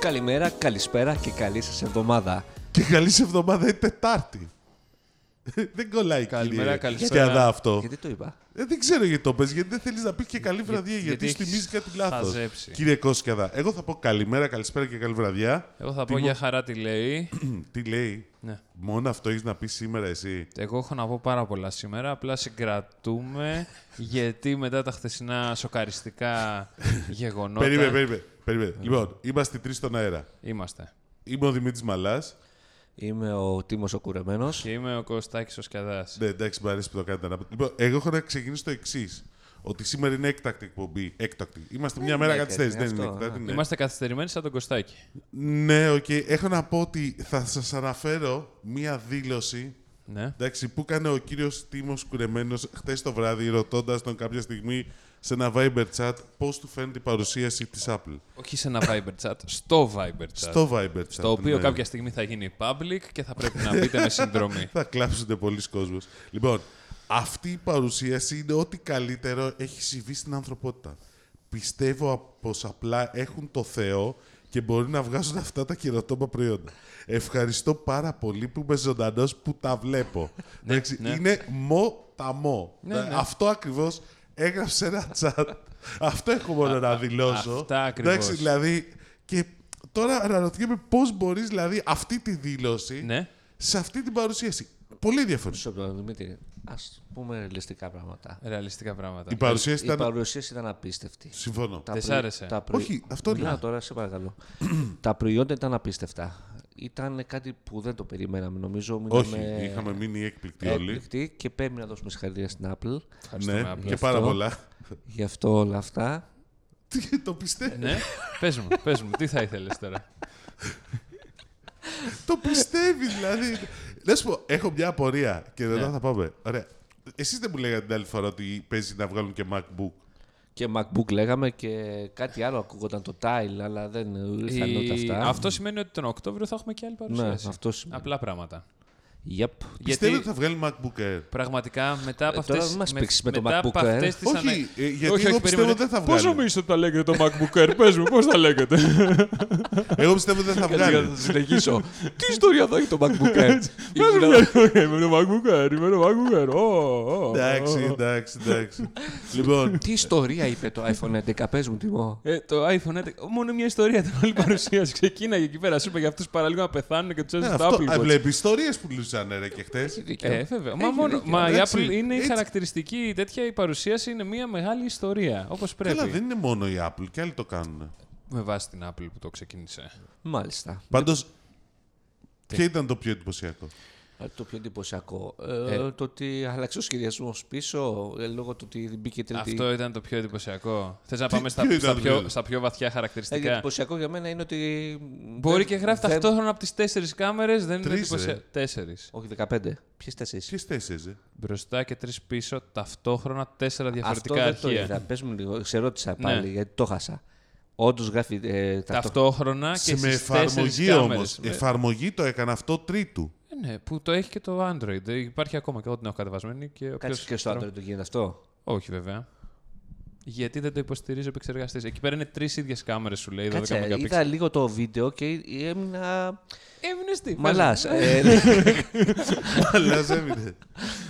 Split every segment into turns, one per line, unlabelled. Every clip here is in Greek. καλημέρα, καλησπέρα και καλή σας εβδομάδα.
Και καλή σε εβδομάδα είναι Τετάρτη. δεν κολλάει
Καλημέρα,
κύριε
καλησπέρα.
Σκιαδά, αυτό.
Γιατί το είπα.
Ε, δεν ξέρω γιατί το πες, γιατί δεν θέλεις να πεις και καλή βραδιά, γιατί,
γιατί
σου θυμίζει
έχεις
κάτι λάθος.
χαζέψει.
Κύριε Κόσκιαδά, εγώ θα πω καλημέρα, καλησπέρα και καλή βραδιά.
Εγώ θα πω για χαρά τι λέει.
Τι λέει,
ναι.
μόνο αυτό έχεις να πεις σήμερα εσύ.
Εγώ έχω να πω πάρα πολλά σήμερα. Απλά συγκρατούμε γιατί μετά τα χθεσινά σοκαριστικά γεγονότα.
Περίμενε, περίμενε. περίμενε. Λοιπόν, είμαστε τρεις στον αέρα.
Είμαστε.
Είμαι ο Δημήτρης Μαλάς.
Είμαι ο Τίμος ο Κουρεμένος.
Και είμαι ο Κωστάκης ο Σκιαδάς.
Ναι, εντάξει, μου αρέσει που το κάνετε. ανάποδα. Λοιπόν, εγώ έχω να ξεκινήσω το εξής. Ότι σήμερα είναι έκτακτη εκπομπή. Έκτακτη. Είμαστε μια μέρα
είναι
καθυστέρηση. Δεν
έκτακτη,
είναι
αυτό,
έκτακτη. ναι.
Είμαστε καθυστερημένοι σαν τον Κωστάκη.
Ναι, οκ. Έχω να πω ότι θα σας αναφέρω μία δήλωση
Ναι.
εντάξει, που έκανε ο κύριος Τίμος Κουρεμένος χτες το βράδυ ρωτώντας τον κάποια στιγμή σε ένα Viber chat πώς του φαίνεται η παρουσίαση της Apple.
Όχι σε ένα Viber chat, στο Viber chat.
Στο Viber chat.
το οποίο
ναι.
κάποια στιγμή θα γίνει public και θα πρέπει να μπείτε με συνδρομή.
Θα κλάψουνε πολλοί κόσμος. Λοιπόν, αυτή η παρουσίαση είναι ό,τι καλύτερο έχει συμβεί στην ανθρωπότητα. Πιστεύω πως απλά έχουν το Θεό και μπορεί να βγάζουν αυτά τα καινοτόμα προϊόντα. Ευχαριστώ πάρα πολύ που είμαι ζωντανός που τα βλέπω. Εντάξει,
ναι.
Είναι μο τα μο. Ε, Αυτό ακριβώς έγραψε ένα τσάτ. Αυτό έχω μόνο να δηλώσω.
αυτά ακριβώς.
Εντάξει, δηλαδή. Και τώρα αναρωτιέμαι πώς μπορείς δηλαδή αυτή τη δήλωση
ναι.
σε αυτή την παρουσίαση. Πολύ ενδιαφέρον.
Μισό λεπτό, Δημήτρη. Ας πούμε ρεαλιστικά πράγματα.
Ρεαλιστικά πράγματα.
Η παρουσίαση
Η
ήταν.
παρουσίαση ήταν απίστευτη.
Συμφωνώ.
Τα
Δεν σ'
προι-
άρεσε.
τα προι-
Όχι, αυτό
Μιλάω
λέω.
τώρα, σε παρακαλώ. τα προϊόντα ήταν απίστευτα. Ήταν κάτι που δεν το περιμέναμε, νομίζω.
Όχι,
μείναμε
είχαμε μείνει έκπληκτοι όλοι.
έκπληκτοι και πρέπει να δώσουμε συγχαρητήρια στην Apple
Ε, Ευχαριστούμε,
Ναι,
απλά.
και πάρα
αυτό.
πολλά.
γι' αυτό όλα αυτά.
Τι, το πιστεύω.
Ναι. Πες μου, πες μου, τι θα ήθελες τώρα.
το πιστεύει, δηλαδή. Να σου πω, έχω μια απορία και
Ναι.
μετά θα πάμε. Ωραία. Εσείς δεν μου λέγατε την άλλη φορά ότι παίζει να βγάλουν και MacBook.
Και MacBook λέγαμε και κάτι άλλο ακούγονταν το Tile, αλλά δεν ήρθαν
Η-
όλα αυτά.
Αυτό σημαίνει ότι τον Οκτώβριο θα έχουμε και άλλη
ναι,
παρουσίαση.
αυτό σημαίνει.
Απλά πράγματα.
Yep.
Πιστεύετε
Γιατί
ότι θα βγάλει MacBook Air.
πραγματικά μετά από
Ε, τώρα
αυτές...
μην μας παίξεις με το
μετά από
MacBook Air.
αυτές τις ανα-
Όχι, ε, γιατί εγώ πιστεύω
περίμενε.
ότι δεν θα
Πώς
βγάλει.
νομίζεις ότι τα λέγεται το MacBook Air, πες μου, πώς τα λέγεται.
Εγώ πιστεύω ότι δεν θα
Κάτι
βγάλει.
θα συνεχίσω. Τι ιστορία θα έχει το MacBook Air. Ήμουνα-
Είμαι το MacBook Air, είμαι το MacBook Air. ω, ω.
Εντάξει, εντάξει, εντάξει. λοιπόν,
Τι ιστορία είπε το iPhone 11, πες μου τιμό.
Ε, το iPhone 11. Μόνο μια ιστορία ήταν όλη η παρουσίαση. Ξεκίναγε εκεί πέρα. Σου είπα για αυτούς παραλίγο να πεθάνουν και τους
ναι,
έδωσε το Apple
αυτό.
Watch.
Βλέπεις ιστορίες που λούσανε ρε και χτες.
Ε, βέβαια. Μα,
Έχει
μόνο,
δίκιο.
μα η
Εντάξει,
Apple είναι η
έτσι.
χαρακτηριστική τέτοια. Η παρουσίαση είναι μια μεγάλη ιστορία. Όπως πρέπει.
Καλά, δεν είναι μόνο η Apple, και άλλοι το κάνουν.
Με βάση την Apple που το ξεκίνησε.
Μάλιστα.
Πάντως. Ποιο ήταν το πιο εντυπωσιακό.
Ε, Το πιο εντυπωσιακό. Ε, Το ότι άλλαξε ο σχεδιασμός πίσω ε, λόγω του ότι μπήκε η τρίτη. Ε,
Αυτό ήταν το πιο εντυπωσιακό. Θες να πάμε στα,
ποιο
στα
ήταν το
πιο,
πιο-
στα πιο βαθιά
δηλαδή? Ε,
χαρακτηριστικά.
εντυπωσιακό για μένα είναι ότι.
Μπορεί
δεν-
και γράφει
δεν- ε.
ταυτόχρονα από τις τέσσερις κάμερες. Δεν είναι
Τρεις,
εντυπωσιακό.
ρε.
Τέσσερις.
Όχι, 15. Ποιες τέσσερις.
Ποιες θέσει, ε?
Μπροστά και τρεις πίσω ταυτόχρονα τέσσερα
Αυτό
διαφορετικά
δεν το
αρχεία.
είδα. Πες μου λίγο, σε ρώτησα
Ναι.
πάλι γιατί το χάσα. Όντως γράφει ε, ταυτόχρονα.
Ταυτόχρονα και
Σε με
στις
εφαρμογή
τέσσερις
όμως.
κάμερες. Με-
Εφαρμογή το έκανε αυτό τρίτου.
Ε, Ναι, που το έχει και το Android. Ε, Υπάρχει ακόμα και εγώ την έχω κατεβασμένη. Και
Κάτσε
όποιος-
και στο Android το γίνεται αυτό.
Όχι, βέβαια. Γιατί δεν το υποστηρίζει ο επεξεργαστή. Εκεί πέρα είναι τρεις ίδιες κάμερες, σου λέει. 12
Κάτσε,
megapixel.
είδα λίγο το βίντεο και έμεινα
Έμεινε στη.
μαλάς. Ε,
Αλλά ζεύγεται.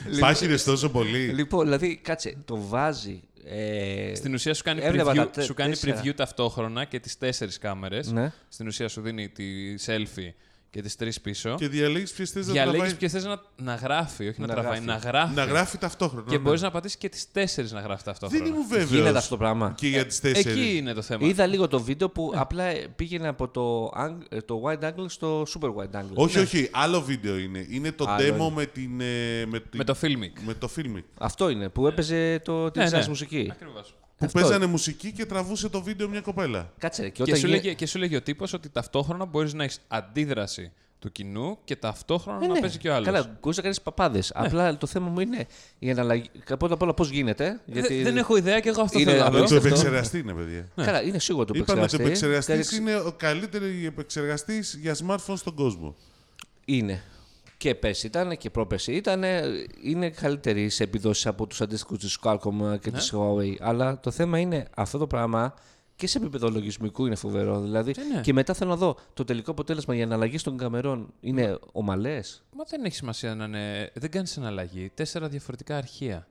Λοιπόν,
Πάχυρε τόσο πολύ.
λοιπόν, δηλαδή, κάτσε, το βάζει... ε,
Στην ουσία σου κάνει,
Έβλεπα τα
preview,
τε-
σου κάνει
τέσσερα.
preview ταυτόχρονα και τις τέσσερις κάμερες.
Ναι.
Στην ουσία σου δίνει τη selfie και τις τρεις πίσω.
Και διαλέγεις ποιες θέσει να
Διαλέγεις
τραβάει.
ποιες θες να, να γράφει, όχι να,
Να
τραβάει.
γράφει.
Να γράφει.
Να γράφει ταυτόχρονα.
Και
ναι.
μπορείς να πατήσεις και τις τέσσερις να γράφει
Δεν
ταυτόχρονα.
ήμουν
Γίνεται
βέβαιο.
αυτό το πράγμα.
Και για τι
Ε, Εκεί
τέσσερι.
είναι το θέμα.
Είδα λίγο το βίντεο που απλά ε, πήγαινε από το, ang- ε, το wide angle στο super wide angle. Ναι.
Όχι, όχι, άλλο βίντεο είναι. Είναι το demo με την, ε, με τη-
Με το filmic.
με το filmic.
Αυτό είναι που έπαιζε το τη
Ναι, ναι.
μουσική.
Ακριβώς.
Που
Αυτό.
παίζανε μουσική και τραβούσε το βίντεο μια κοπέλα.
Κάτσε ρε, και
Και
όταν
σου,
γίνει-
λέγε, και σου λέγε ο τύπος ότι ταυτόχρονα μπορείς να έχεις αντίδραση του κοινού και ταυτόχρονα
Ε,
να
ναι.
παίζει και ο Ναι. άλλος.
Καλά, μπορείς να κάνεις παπάδες. Απλά το θέμα μου είναι η αναλλαγή. Πρώτα απ' όλα πώς γίνεται. Γιατί...
Ε, Δεν έχω Ναι. ιδέα και εγώ αυτό
Είναι
θέλω να
αυτό.
δω.
Με
Δείξτε
Ε, το επεξεργαστή είναι, παιδιά.
Καλά, είναι σίγουρο το
Είπαμε ότι ο
επεξεργαστής.
επεξεργαστής
Τέλεξε-
είναι ο καλύτερο επεξεργαστής για smartphone στον κόσμο.
Είναι. Και πέρσι ήταν και πρόπερσι ήταν. Είναι καλύτερη
Ναι.
σε επιδόσεις από τους αντίστοιχους της Qualcomm και της Huawei. Αλλά το θέμα είναι αυτό το πράγμα και σε επίπεδο λογισμικού είναι φοβερό. Δηλαδή.
Ε, ναι.
Και μετά θέλω να δω το τελικό αποτέλεσμα. Η αναλλαγή των καμερών είναι ομαλές.
Μα δεν έχει σημασία να είναι. Δεν κάνεις αναλλαγή. Τέσσερα διαφορετικά αρχεία.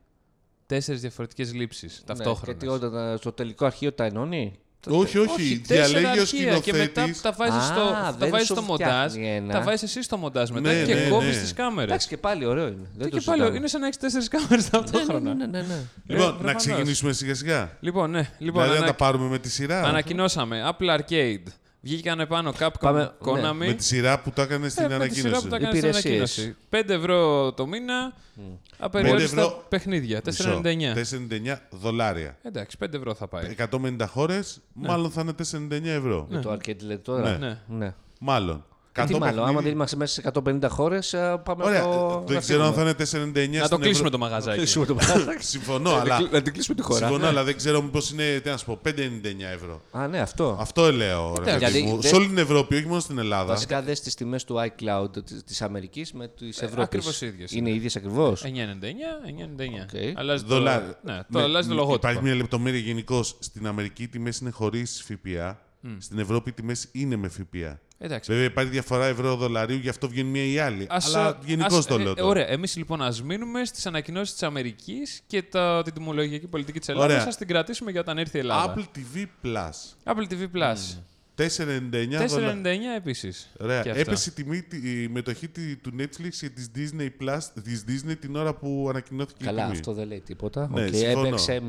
Τέσσερις διαφορετικές λήψεις ταυτόχρονα.
γιατί Ναι, όταν ε, στο τελικό αρχείο τα ενώνει.
όχι, όχι. Διαλέγει ο σκηνοθέτη.
Και μετά τα βάζεις
Α,
στο, τα
δεν
βάζεις
σου
στο μοντάζ.
φτιάχνει ένα.
Τα βάζεις εσύ στο μοντάζ μετά
Ναι,
και
ναι,
κόβεις
ναι.
τις κάμερες.
Εντάξει, και πάλι ωραίο είναι. Δεν το
Και πάλι
συζητάμε.
είναι σαν να έχεις τέσσερις κάμερες
Ναι,
ταυτόχρονα. Ε,
ναι, ναι, ναι, ναι.
Λοιπόν, να
προφανώς.
ξεκινήσουμε σιγά σιγά.
Λοιπόν, ναι. Λοιπόν,
Δηλαδή να
ανα-
τα πάρουμε με τη σειρά.
ανακοινώσαμε. Apple Arcade. Βγήκαν επάνω Capcom
Πάμε- ναι,
Konami.
Με τη σειρά που το έκανε στην
Ε, με τη σειρά
ανακοίνωση.
που τα έκανε στην
Υπηρεσίες.
ανακοίνωση. 5 ευρώ το μήνα, απεριόριστα
Πέντε ευρώ.
παιχνίδια.
Μισό.
4,99.
4,99 δολάρια.
Εντάξει, 5 ευρώ θα πάει.
150 χώρε, μάλλον θα είναι 4,99 ευρώ.
Με το arcade λέει τώρα.
Ναι.
Ναι.
Μάλλον.
Ε, Τι
Κατώ
μάλλον, άμα
παιχνίδι-
δεν είμαστε μέσα σε 150 χώρες, ε, πάμε
Ωραία, ε,
να το.
δεν ξέρω αν θα είναι 4,99 στην
Να το κλείσουμε
Ευρω-
το μαγαζάκι.
Κλείσουμε το παράδοξο.
Συμφωνώ, αλλά,
Να την κλείσουμε τη χώρα.
Ναι.
συμφωνώ, αλλά δεν ξέρω μήπως είναι, τι να σου πω, 5,99 ευρώ.
Α, ναι, αυτό.
Αυτό λέω, ρε
Γιατί
παιδί μου.
δεν-
Σε όλη την Ευρώπη, όχι μόνο στην Ελλάδα.
Βασικά δες τις τιμές του iCloud της Αμερικής με τη
Ε,
Ευρώπης.
ακριβώς οι ίδιες
Είναι ίδιες ακριβώς.
9,99.
Οκ.
9,99. Αλλάζει το,
Δολάρια.
ναι, το,
Με-
αλλάζει το
με- Υπάρχει
λογότυπο.
μια λεπτομέρεια γενικώς. Στην Αμερική οι τιμές είναι χωρίς ΦΠΑ. Στην Ευρώπη οι τιμές είναι με ΦΠΑ.
Εντάξει.
Βέβαια υπάρχει διαφορά ευρώ-δολαρίου, γι' αυτό βγαίνει μία ή άλλη.
Ας-
Δηλαδή, αλλά γενικώ
ας-
το λέω.
ε,
τώρα.
Ωραία, εμείς λοιπόν ας μείνουμε στις ανακοινώσεις της Αμερικής και τα, την τιμολογιακή πολιτική της
Ωραία.
Ελλάδα. Ας την κρατήσουμε για όταν έρθει η Ελλάδα.
Apple TV Plus.
Apple TV Plus.
4,99 δολάρια.
4,99 επίσης.
Ωραία. Έπεσε η τιμή, τη- η μετοχή τη- του Netflix και της Disney Plus, της Disney την ώρα που ανακοινώθηκε η
Καλά,
τιμή.
αυτό δεν λέει τίποτα.
Ναι,
Οκ,
συμφωνώ.
Έπαιξε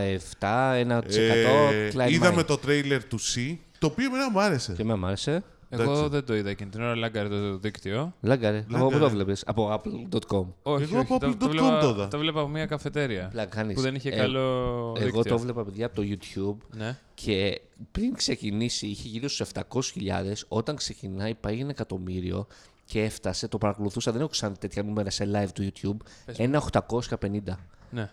0,7, 1%.
Ε,
κλάιν
είδαμε
μάιν.
το τρέιλερ του C, το οποίο εμένα μου άρεσε.
Και με μ' άρεσε.
Εγώ δεν το είδα εκείνη την ώρα, λάγκαρε το το δίκτυο.
Λάγκαρε. Από πού
Λάγκαρε.
το βλέπεις. Από apple.com.
Εγώ
Όχι, όχι,
από
το, το,
Apple.com
βλέπα,
το είδα.
το βλέπα από μια καφετέρια
Πλάκα, κάνεις.
που δεν είχε
Ε,
καλό δίκτυο.
Εγώ το βλέπα, παιδιά, από το YouTube.
Ναι.
Και πριν ξεκινήσει, είχε γύρω στους 700.000. Όταν ξεκινάει, πάει ένα εκατομμύριο και έφτασε. Το παρακολουθούσα. Δεν έχω ξανά τέτοια νούμερα σε live του YouTube. Ένα 850.
ναι.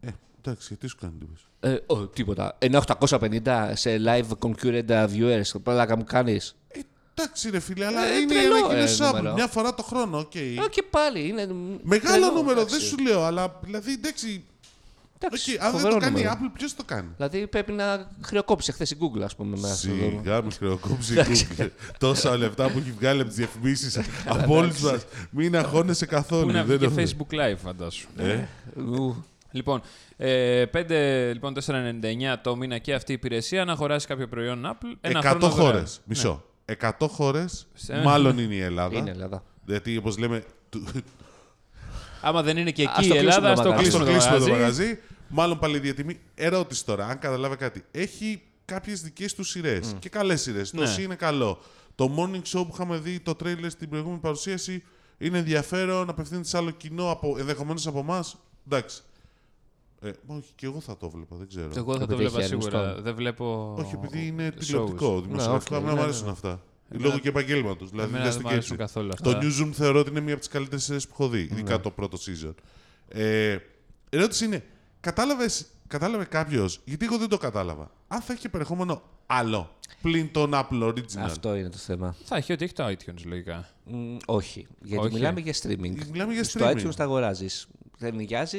Ε, εντάξει, τι σου κάνει εντύπωση.
Ε, ο, τίποτα. Ένα 850 σε live concurrent viewers. Πλάκα μου κάνεις.
Ε, εντάξει, ρε φίλε, αλλά
Ε,
είναι
τρελό,
ένα κοινό
ε,
Apple.
νούμερο.
Μια φορά το χρόνο, οκ.
Ε, και πάλι είναι. μ,
Μεγάλο
τρελό,
νούμερο,
εντάξει.
δεν σου λέω, αλλά δηλαδή εντάξει.
Εντάξει,
οκ, αν δεν
φοβερό
το κάνει η
νούμερο.
Apple, ποιος το κάνει.
Δηλαδή πρέπει να χρεοκόπησε χθες η Google, ας πούμε. Μέσα στο δρόμο.
Σιγά μην χρεοκόψει η Google. Τόσα λεφτά που έχει βγάλει από τις διαφημίσεις από όλους μας. Μην αγχώνεσαι
Πού
καθόλου.
να
δεν
βγει
έχω-
Facebook Live, φαντάσου.
Ε,
Ου,
Λοιπόν, ε, 5, λοιπόν, 4,99 το μήνα και αυτή η υπηρεσία να αγοράσει κάποιο προϊόν Apple. Ένα
100
χρόνο δωρεάν.
χώρες. Μισό. 100 χώρες,
Σε-
μάλλον είναι η Ελλάδα.
Είναι Ελλάδα.
Γιατί όπως λέμε. του-
Άμα δεν είναι και
Ας
εκεί η
το κλείσουμε
Ελλάδα,
το
ας
Ας
το
μαγαζί.
κλείσουμε
το
το
κλείσουμε το
μαγαζί.
μαγαζί. Μάλλον πάλι διατιμή. Ερώτηση τώρα, αν καταλάβα κάτι. Έχει κάποιες δικές του σειρές και καλές σειρές. Το
Ναι.
C είναι καλό. Το morning show που είχαμε δει το τρέιλερ στην προηγούμενη παρουσίαση είναι ενδιαφέρον, απευθύνεται σε άλλο κοινό, από, ενδεχομένως από εμάς. Εντάξει. Ε, όχι, και εγώ θα το βλέπω, δεν ξέρω.
Εγώ θα το
Επειδή
βλέπα
έχει
σίγουρα.
αριθμιστό.
Δεν βλέπω.
Όχι, επειδή είναι
shows.
τηλεοπτικό. Δημοσιογραφικά
οκ,
εμένα
ναι,
μου
ναι,
αρέσουν αυτά. Λόγω και επαγγέλματος. Δηλαδή,
Εμένα
δεν
δεν μου αρέσουν καθόλου
Το
αυτά. Ναι.
Newsroom θεωρώ ότι είναι μία από τις καλύτερες σειρές που έχω δει, ειδικά το πρώτο season. Ε, ερώτηση είναι, κατάλαβες, κατάλαβε κάποιος, γιατί εγώ δεν το κατάλαβα, αν θα έχει περιεχόμενο άλλο πλην τον Apple Original.
Αυτό είναι το θέμα.
Θα έχει ό,τι έχει το iTunes λογικά.
Μ, όχι. Γιατί
Όχι.
μιλάμε για streaming.
Μιλάμε για
Στο
streaming.
iTunes τα αγοράζεις. Τα νοικιάζει.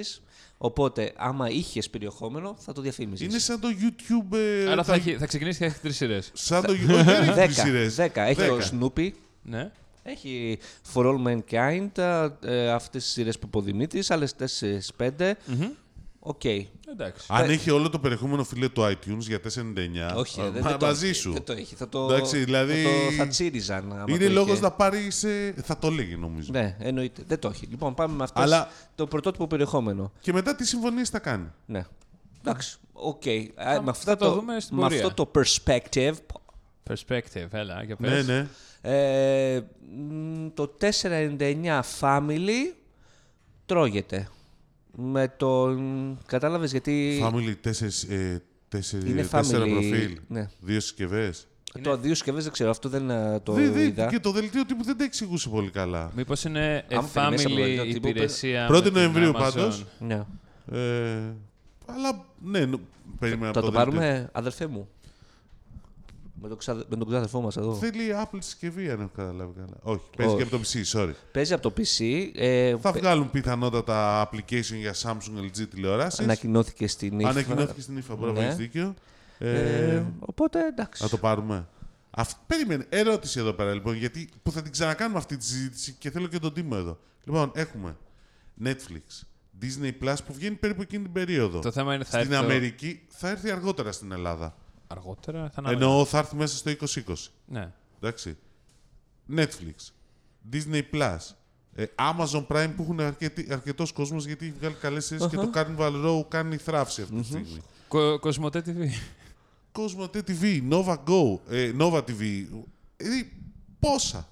Οπότε, άμα είχες περιεχόμενο, θα το διαφήμιζες.
Είναι σαν το YouTube. ε,
Άρα
τα-
θα, έχει, θα ξεκινήσει και θα έχει τρεις σειρές.
Σαν το YouTube. Δεν έχει τρεις
10.
σειρές.
10. Ε, Έχει το
Δέκα.
Snoopy.
Ναι.
Έχει For All Mankind, τα, ε, αυτές τις σειρές που υποδημεί τη, άλλε 4-5. Οκ.
Εντάξει.
Αν έχει όλο το περιεχόμενο φιλέ του iTunes για 4,99.
Όχι, ε,
α,
δεν,
μα-
δεν το
μαζί
έχει.
σου.
Δεν το έχει. Θα το,
Εντάξει, δηλαδή-
θα, το, θα τσίριζαν. άμα το
Είναι
είχε.
λόγο να πάρει. σε- Θα το λέγει νομίζω.
Ναι, εννοείται. Δεν το έχει. Λοιπόν, πάμε με αυτός.
Αλλά-
Το πρωτότυπο περιεχόμενο.
Και μετά τι συμφωνίες θα κάνει.
Ναι. Εντάξει. Οκ. Α, με, αυτά
θα το δούμε στην
με
πορεία.
αυτό το perspective.
Perspective, έλα, για
Ναι,
πες.
ναι.
Ε, μ, το 499 family τρώγεται. Με τον. Κατάλαβες γιατί.
Family, τέσσερις, ε, τέσσερι-
Είναι
τέσσερα
family,
προφίλ.
ναι.
Δύο συσκευές.
Το δύο συσκευές δεν ξέρω, αυτό δεν ε, το είδα.
Και το δελτίο τύπου δεν τα εξηγούσε πολύ καλά.
Μήπως είναι
Άμα
a
περιμένεις από το
family
δελτίο τύπου,
υπηρεσία.
πέρα- 1η
με την
Νοεμβρίου,
Amazon.
πάντως.
Ναι.
Ε, αλλά ναι, νο- περίμενα από
Θα το
δελτίο.
πάρουμε, αδερφέ μου. Με τον, ξαδε... με τον ξαδερφό μας εδώ.
Θέλει Apple συσκευή, αν έχω καταλάβει καλά. Όχι, παίζει και
Όχι.
από το PC, sorry.
Παίζει από το PC. Ε,
Θα
πε-
βγάλουν πιθανότατα application για Samsung LG τηλεόραση.
Ανακοινώθηκε στην ΙΦΑ.
Ανακοινώθηκε στην IFA, μπορεί να
Ναι.
δίκιο. Ε,
Ε, οπότε εντάξει.
να το πάρουμε. Αυτ... Περίμενε, ερώτηση εδώ πέρα λοιπόν, γιατί που θα την ξανακάνουμε αυτή τη συζήτηση και θέλω και τον Τίμο εδώ. Λοιπόν, έχουμε Netflix, Disney Plus που βγαίνει περίπου εκείνη την περίοδο.
Το θέμα είναι θα
στην
έρθει το-
Αμερική θα έρθει αργότερα στην Ελλάδα.
αργότερα. Θα είναι αργότερα.
Εννοώ θα έρθει μέσα στο 2020.
Ναι.
Εντάξει. Netflix, Disney Plus, ε, Amazon Prime που έχουν αρκετή, αρκετός κόσμος γιατί έχει βγάλει καλές σειρές και το Carnival Row κάνει θράψη αυτή τη στιγμή.
Κο- Κοσμοτέ TV.
Κόσμο TV, Nova Go, ε, Nova TV. Ε, πόσα.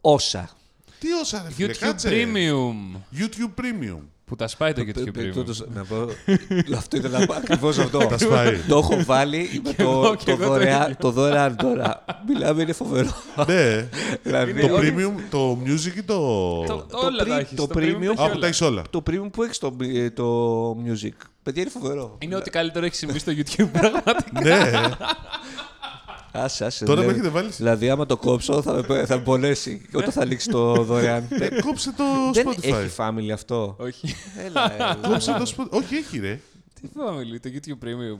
Όσα.
Τι όσα ρε φίλε,
YouTube
κάτσε.
Premium.
YouTube Premium.
Που τα σπάει το
Ε,
YouTube
ε,
Premium.
τούτος- Να πω. ε, Αυτό ήθελα να πω. Ακριβώς αυτό.
Τα σπάει.
Το έχω βάλει με
εγώ-
το,
και
το,
εγώ το
δωρεάν, το δωρεάν τώρα. Μιλάμε, είναι φοβερό.
ναι.
Δηλαδή,
το
ό,τι-
premium, το music ή το...
Το-
το
όλα τα
pre-
έχεις,
το
το premium
premium-
τα έχεις
Α, που
όλα.
τα έχεις όλα.
το premium που έχεις το, το music. Παιδιά, είναι φοβερό.
Είναι ό,τι καλύτερο έχει συμβεί στο YouTube πραγματικά.
ναι.
Άσε, άσε.
Τώρα
δε-
με έχετε βάλει σε-
Δηλαδή, άμα το κόψω, θα με, πε- θα με πονέσει όταν θα λήξει το δωρεάν.
Ε, Κόψε το
Δεν
Spotify. Ε,
έχει family αυτό.
Όχι.
Έλα, έλα.
Κόψε το Spotify. Όχι, έχει ρε.
Τι family, το YouTube Premium.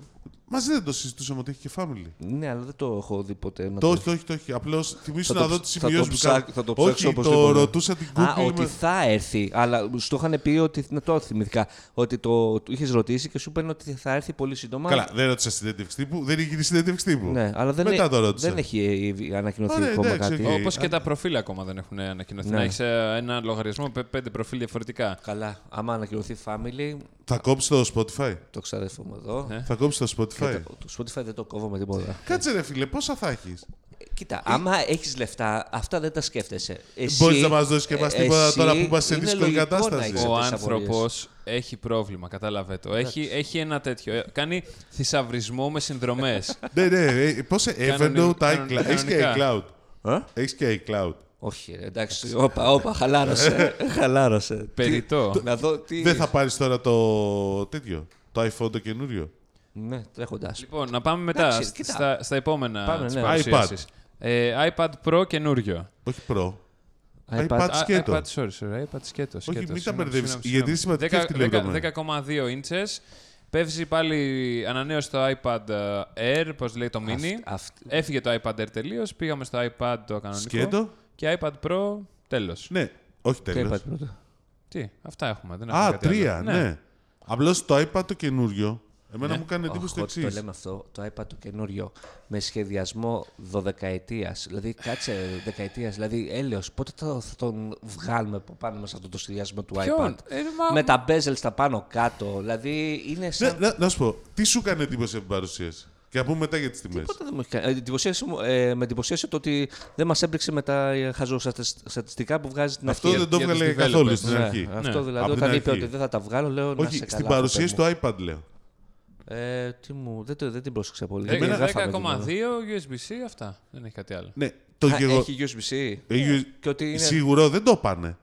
Μαζί δεν το συζητούσαμε ότι έχει και family.
Ναι, αλλά δεν το έχω δει ποτέ. να
Το
πω.
όχι, το όχι, το όχι. Απλώς θυμίσω
Θα
να
το
δω
ψ-
τι
θα το
σημειώσει που
ψά-
κάνω.
θα το ψάξω
Όχι, το
οπωσδήποτε.
ρωτούσα την
Α,
Google.
ότι
με-
θα έρθει. Αλλά σου το είχαν πει ότι. Να το θυμηθήκα. Ότι το, το είχες ρωτήσει και σου είπαν ότι θα έρθει πολύ σύντομα.
Καλά, δεν ρώτησα συνέντευξη τύπου, δεν έγινε συνέντευξη τύπου.
Ναι, αλλά δεν,
Μετά
ε-
το ρώτησα.
δεν έχει ε, ε, ανακοινωθεί
Ωραία,
ακόμα
εντάξει,
κάτι.
οκ.
Όπως και τα προφίλ ακόμα δεν έχουν ανακοινωθεί.
Ναι.
Να έχεις ένα λογαριασμό με πέντε προφίλ διαφορετικά.
Καλά. Άμα ανακοινωθεί family,
Θα κόψει το Spotify.
το ξαδερφό μου εδώ.
Θα κόψει το Spotify.
Το Spotify δεν το κόβω με τίποτα. Ε,
Κάτσε ρε φίλε, πόσα θα έχεις.
Κοίτα, άμα έχεις λεφτά, αυτά δεν τα σκέφτεσαι. Εσύ,
Ε, Μπορείς να μας δώσεις και εμάς
ε,
τίποτα
εσύ
τώρα που είμαστε σε
είναι
δύσκολη
λογικό να
κατάσταση.
έχεις
Ο
αυτές τις
άνθρωπος
απορίες.
έχει πρόβλημα, κατάλαβε το. Έχει, έχει ένα τέτοιο. Ε, Κάνει θησαυρισμό με συνδρομές.
ναι, ναι, ε, πόσα. Evernote,
κανον-
iCloud. Έχεις και
κανονικά.
iCloud.
Ε?
Έχεις και iCloud.
Όχι, ρε, εντάξει. Όπα, όπα, χαλάρωσε. χαλάρωσε.
Περιττό.
Τι- Να δω τι.
Δεν θα πάρεις τώρα το τέτοιο. Το iPhone το καινούριο.
Ναι, τρέχοντα.
Λοιπόν, να πάμε μετά
Εντάξει,
σ-
κοίτα.
στα, στα επόμενα
Πάμε,
της
ναι.
παρουσίασης. Ε, iPad Pro καινούριο.
Όχι Pro.
iPad-
iPad
Α,
σκέτο.
iPad, sorry, sorry, iPad σκέτο.
μην τα μπερδεύεις, γιατί είναι σημαντική αυτή η λεπτομέρεια.
10,2 ίντσες. Πέφτει πάλι ανανέωση το iPad ε, Air, πώς λέει το mini.
αυτ-
Έφυγε το iPad Air τελείως. Πήγαμε στο iPad το κανονικό.
Σκέτο.
Και iPad Pro, τέλος.
Ναι, όχι
Το
τέλο.
iPad πρώτο.
Τι, αυτά έχουμε. Δεν έχουμε
Α,
κάτι άλλο.
τρία, ναι. Απλώς το iPad το καινούριο. Εμένα μου κάνει εντύπωση
Όχι,
το
ότι Ναι. το
εξής.
λέμε αυτό, το iPad το καινούριο, με σχεδιασμό δωδεκαετίας, δηλαδή κάτσε δεκαετίας, δηλαδή έλεος, πότε θα, θα τον βγάλουμε από πάνω μας αυτό το σχεδιασμό του
Ποιον?
iPad.
Ε, μα-
Με τα bezels τα πάνω κάτω, δηλαδή είναι σαν...
Ναι, να, να σου πω, τι σου έκανε εντύπωση από την παρουσίαση. Και να πούμε μετά για τις τιμές.
Πότε δεν μου έχει κάνει. Ε, εντυπωσίασε μου- ε, με εντυπωσίασε το ότι δεν μας έπρεξε με τα ε, χαζοστατιστικά που βγάζει την
Αυτό
αρχή.
δεν το
για τους
έβγαλε
developers,
καθόλου στην
Ναι,
αρχή.
Αυτό
Ναι,
δηλαδή
από την
όταν είπε
αρχή.
ότι δεν θα τα βγάλω, λέω να
Όχι,
σε καλά.
στην
παιδί
παρουσίαση
μου.
του iPad λέω.
Ε, τι μου, δεν, το- δεν την πρόσεξα πολύ.
Ε,
Εμένα γράφαμε
10,2
την-
USB-C, αυτά. Δεν έχει κάτι άλλο.
Ναι, το
Α,
γεγονό.
Έχει USB-C.
Ναι.
Και ότι είναι-
Ε, Σίγουρο δεν το πάνε.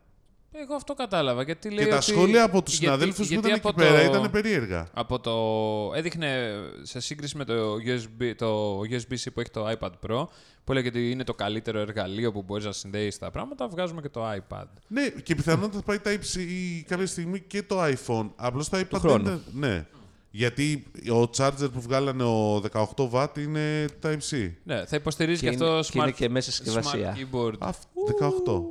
Εγώ αυτό κατάλαβα. Γιατί λέει
και τα
ότι-
σχόλια από τους
γιατί-
συναδέλφους που
γιατί
ήταν εκεί
από
πέρα
το-
ήταν περίεργα.
Από το... Έδειχνε σε σύγκριση με το, USB, το USB-C που έχει το iPad Pro, που έλεγε ότι είναι το καλύτερο εργαλείο που μπορείς να συνδέεις τα πράγματα, βγάζουμε και το iPad.
Ναι, και πιθανότατα θα πάει Type-C ή κάποια στιγμή και το iPhone. Απλώς το iPad δεν
χρόνου.
ήταν. Ναι. Γιατί ο charger που βγάλανε ο 18W είναι Type-C.
Ναι, θα υποστηρίζει και,
Και
αυτό
είναι-
smart,
και είναι και μέσα συσκευασία.
smart keyboard.
Α, 18.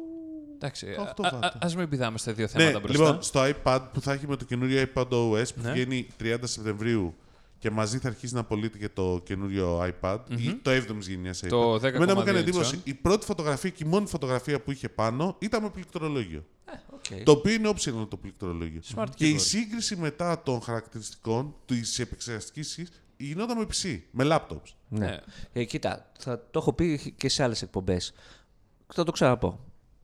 Εντάξει, α,
αυτό
α,
βάτε.
ας μην πηδάμε στα δύο
Ναι,
θέματα μπροστά. Ναι.
λοιπόν, στο iPad που θα έχει με το καινούριο iPad OS που βγαίνει 30 Σεπτεμβρίου και μαζί θα αρχίσει να πωλείται και το καινούριο iPad, ή το 7η γενιάς iPad.
Το
Εμένα μου έκανε
10,2
εντύπωση.
inch.
Η πρώτη φωτογραφία και η μόνη φωτογραφία που είχε πάνω ήταν με πληκτρολόγιο.
Οκ.
Το οποίο είναι optional το πληκτρολόγιο.
Ε. Smart
και η
keyboard.
σύγκριση μετά των χαρακτηριστικών της επεξεργαστικής γινόταν με PC, με laptops.
ναι.
Ε, κοίτα, θα το έχω πει και σε άλλες εκπομπές. Θα το ξαναπώ.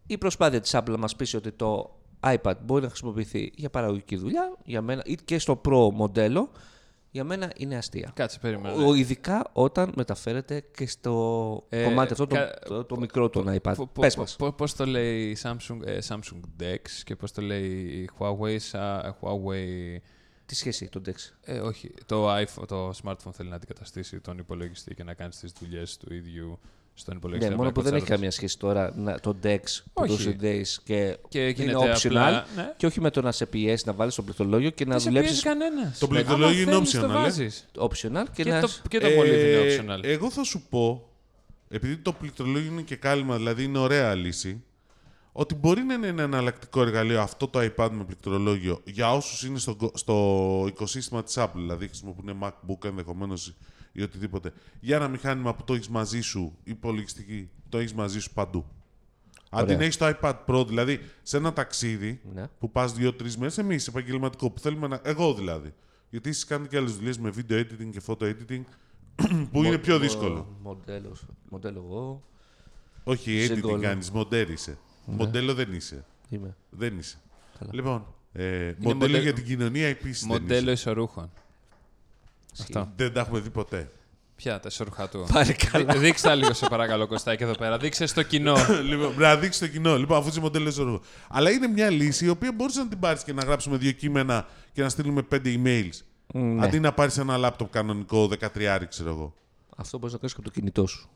Η προσπάθεια της Apple να μας πείσει ότι το iPad μπορεί να χρησιμοποιηθεί για παραγωγική δουλειά, για μένα, ή και στο Pro μοντέλο, για μένα είναι αστεία.
Κάτσε, περίμενα.
Ο- Ειδικά όταν μεταφέρεται και στο
Ε,
κομμάτι αυτό το,
κα-
το, το μικρό των iPad.
Πο- πο-
Πες
πο-
μας.
πο- Πώς το λέει η Samsung, ε, Samsung Dex και πώς το λέει η Huawei, σα- Huawei
Τι σχέση έχει το Dex.
ε, όχι, το, iPhone, το smartphone θέλει να αντικαταστήσει τον υπολογιστή και να κάνει τις δουλειές του ίδιου στον υπολογιστή.
Ναι,
απλά
μόνο που δεν έχει
κοτσάροντας.
καμία σχέση τώρα να, το DEX που το
Όχι.
συνδέει και,
Και
είναι
γίνεται
optional
απλά, ναι.
και όχι με το να σε πιέσει να βάλεις το πληκτρολόγιο και να
Δεν σε πιέζει
δουλέψεις
κανένας.
Το πληκτρολόγιο είναι optional, ε.
optional και,
Και,
να.
το, και το
Ε,
μολύβι είναι optional.
Εγώ θα σου πω, επειδή το πληκτρολόγιο είναι και κάλυμα, δηλαδή είναι ωραία λύση, ότι μπορεί να είναι ένα εναλλακτικό εργαλείο αυτό το iPad με πληκτρολόγιο για όσους είναι στο, κο- στο οικοσύστημα της Apple, δηλαδή χρησιμοποιούν MacBook ενδεχομένως ή οτιδήποτε, για ένα μηχάνημα που το έχεις μαζί σου, υπολογιστική, το έχεις μαζί σου παντού. Αντί
Ωραία.
να έχει το iPad Pro, δηλαδή σε ένα ταξίδι
Ναι.
που πας δύο-τρει μέρες, εμείς επαγγελματικό που θέλουμε να. Εγώ δηλαδή. Γιατί εσεί κάνετε και άλλες δουλειές με video editing και photo editing που είναι πιο δύσκολο.
Μοντέλος, μοντέλο εγώ
Όχι, editing
Single.
κάνει, μοντέρισε. Μοντέλο δεν είσαι.
είμαι.
Δεν είσαι. Λοιπόν, ε, μοντέλο
μοντέλο-
για την κοινωνία επίσης.
Μοντέλο ισορρούχων.
Ισχύει.
Αυτό.
Δεν τα έχουμε δει ποτέ.
Ποια τα ισορρούχα του.
Πάρε καλά. Ναι.
Δι- Δείξτε τα λίγο, σε παρακαλώ, Κωστάκη, εδώ πέρα. Δείξε στο κοινό.
λοιπόν, να δείξει το κοινό. Λοιπόν, αφού είσαι μοντέλο ισορροπό. Αλλά είναι μια λύση η οποία μπορεί να την πάρεις και να γράψουμε δύο κείμενα και να στείλουμε πέντε emails.
Ναι.
Αντί να πάρεις ένα λάπτοπ κανονικό 13, ξέρω εγώ.
Αυτό μπορείς να κάνεις και από το κινητό σου.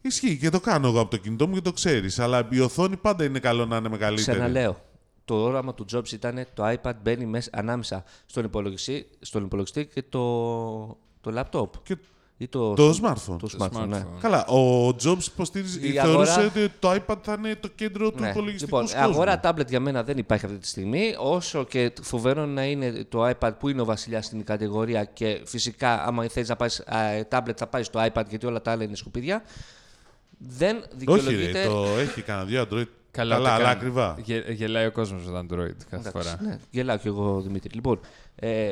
Ισχύει και το κάνω εγώ από το κινητό μου και το ξέρεις. Αλλά η οθόνη πάντα είναι καλό να είναι μεγαλύτερη.
Ξαναλέω. Το όραμα του Jobs ήταν το iPad μπαίνει μέσα, ανάμεσα στον υπολογιστή, στον υπολογιστή και το, το laptop.
Και
Ή το,
το smartphone.
το smartphone, ναι.
smartphone.
Καλά, ο Jobs υποστήριζε.
Η
θεωρούσε
αγορά-
ότι το iPad θα είναι το κέντρο του
Ναι.
υπολογιστικού
Λοιπόν,
κόσμου.
αγορά tablet για μένα δεν υπάρχει αυτή τη στιγμή. Όσο και φοβερό να είναι το iPad που είναι ο βασιλιάς στην κατηγορία και φυσικά, άμα θέλεις να πάρεις tablet, θα πάρεις το iPad γιατί όλα τα άλλα είναι σκουπίδια. Δεν
Όχι, ρε,
δικαιολογείται.
το έχει κανένα δύο Android.
Καλά,
Καλά,
το
αλλά
κάνει.
ακριβά.
Γε- γελάει ο κόσμος με το Android κάθε
Εντάξει,
φορά.
Ναι, γελάω κι εγώ, Δημήτρη. Λοιπόν, ε,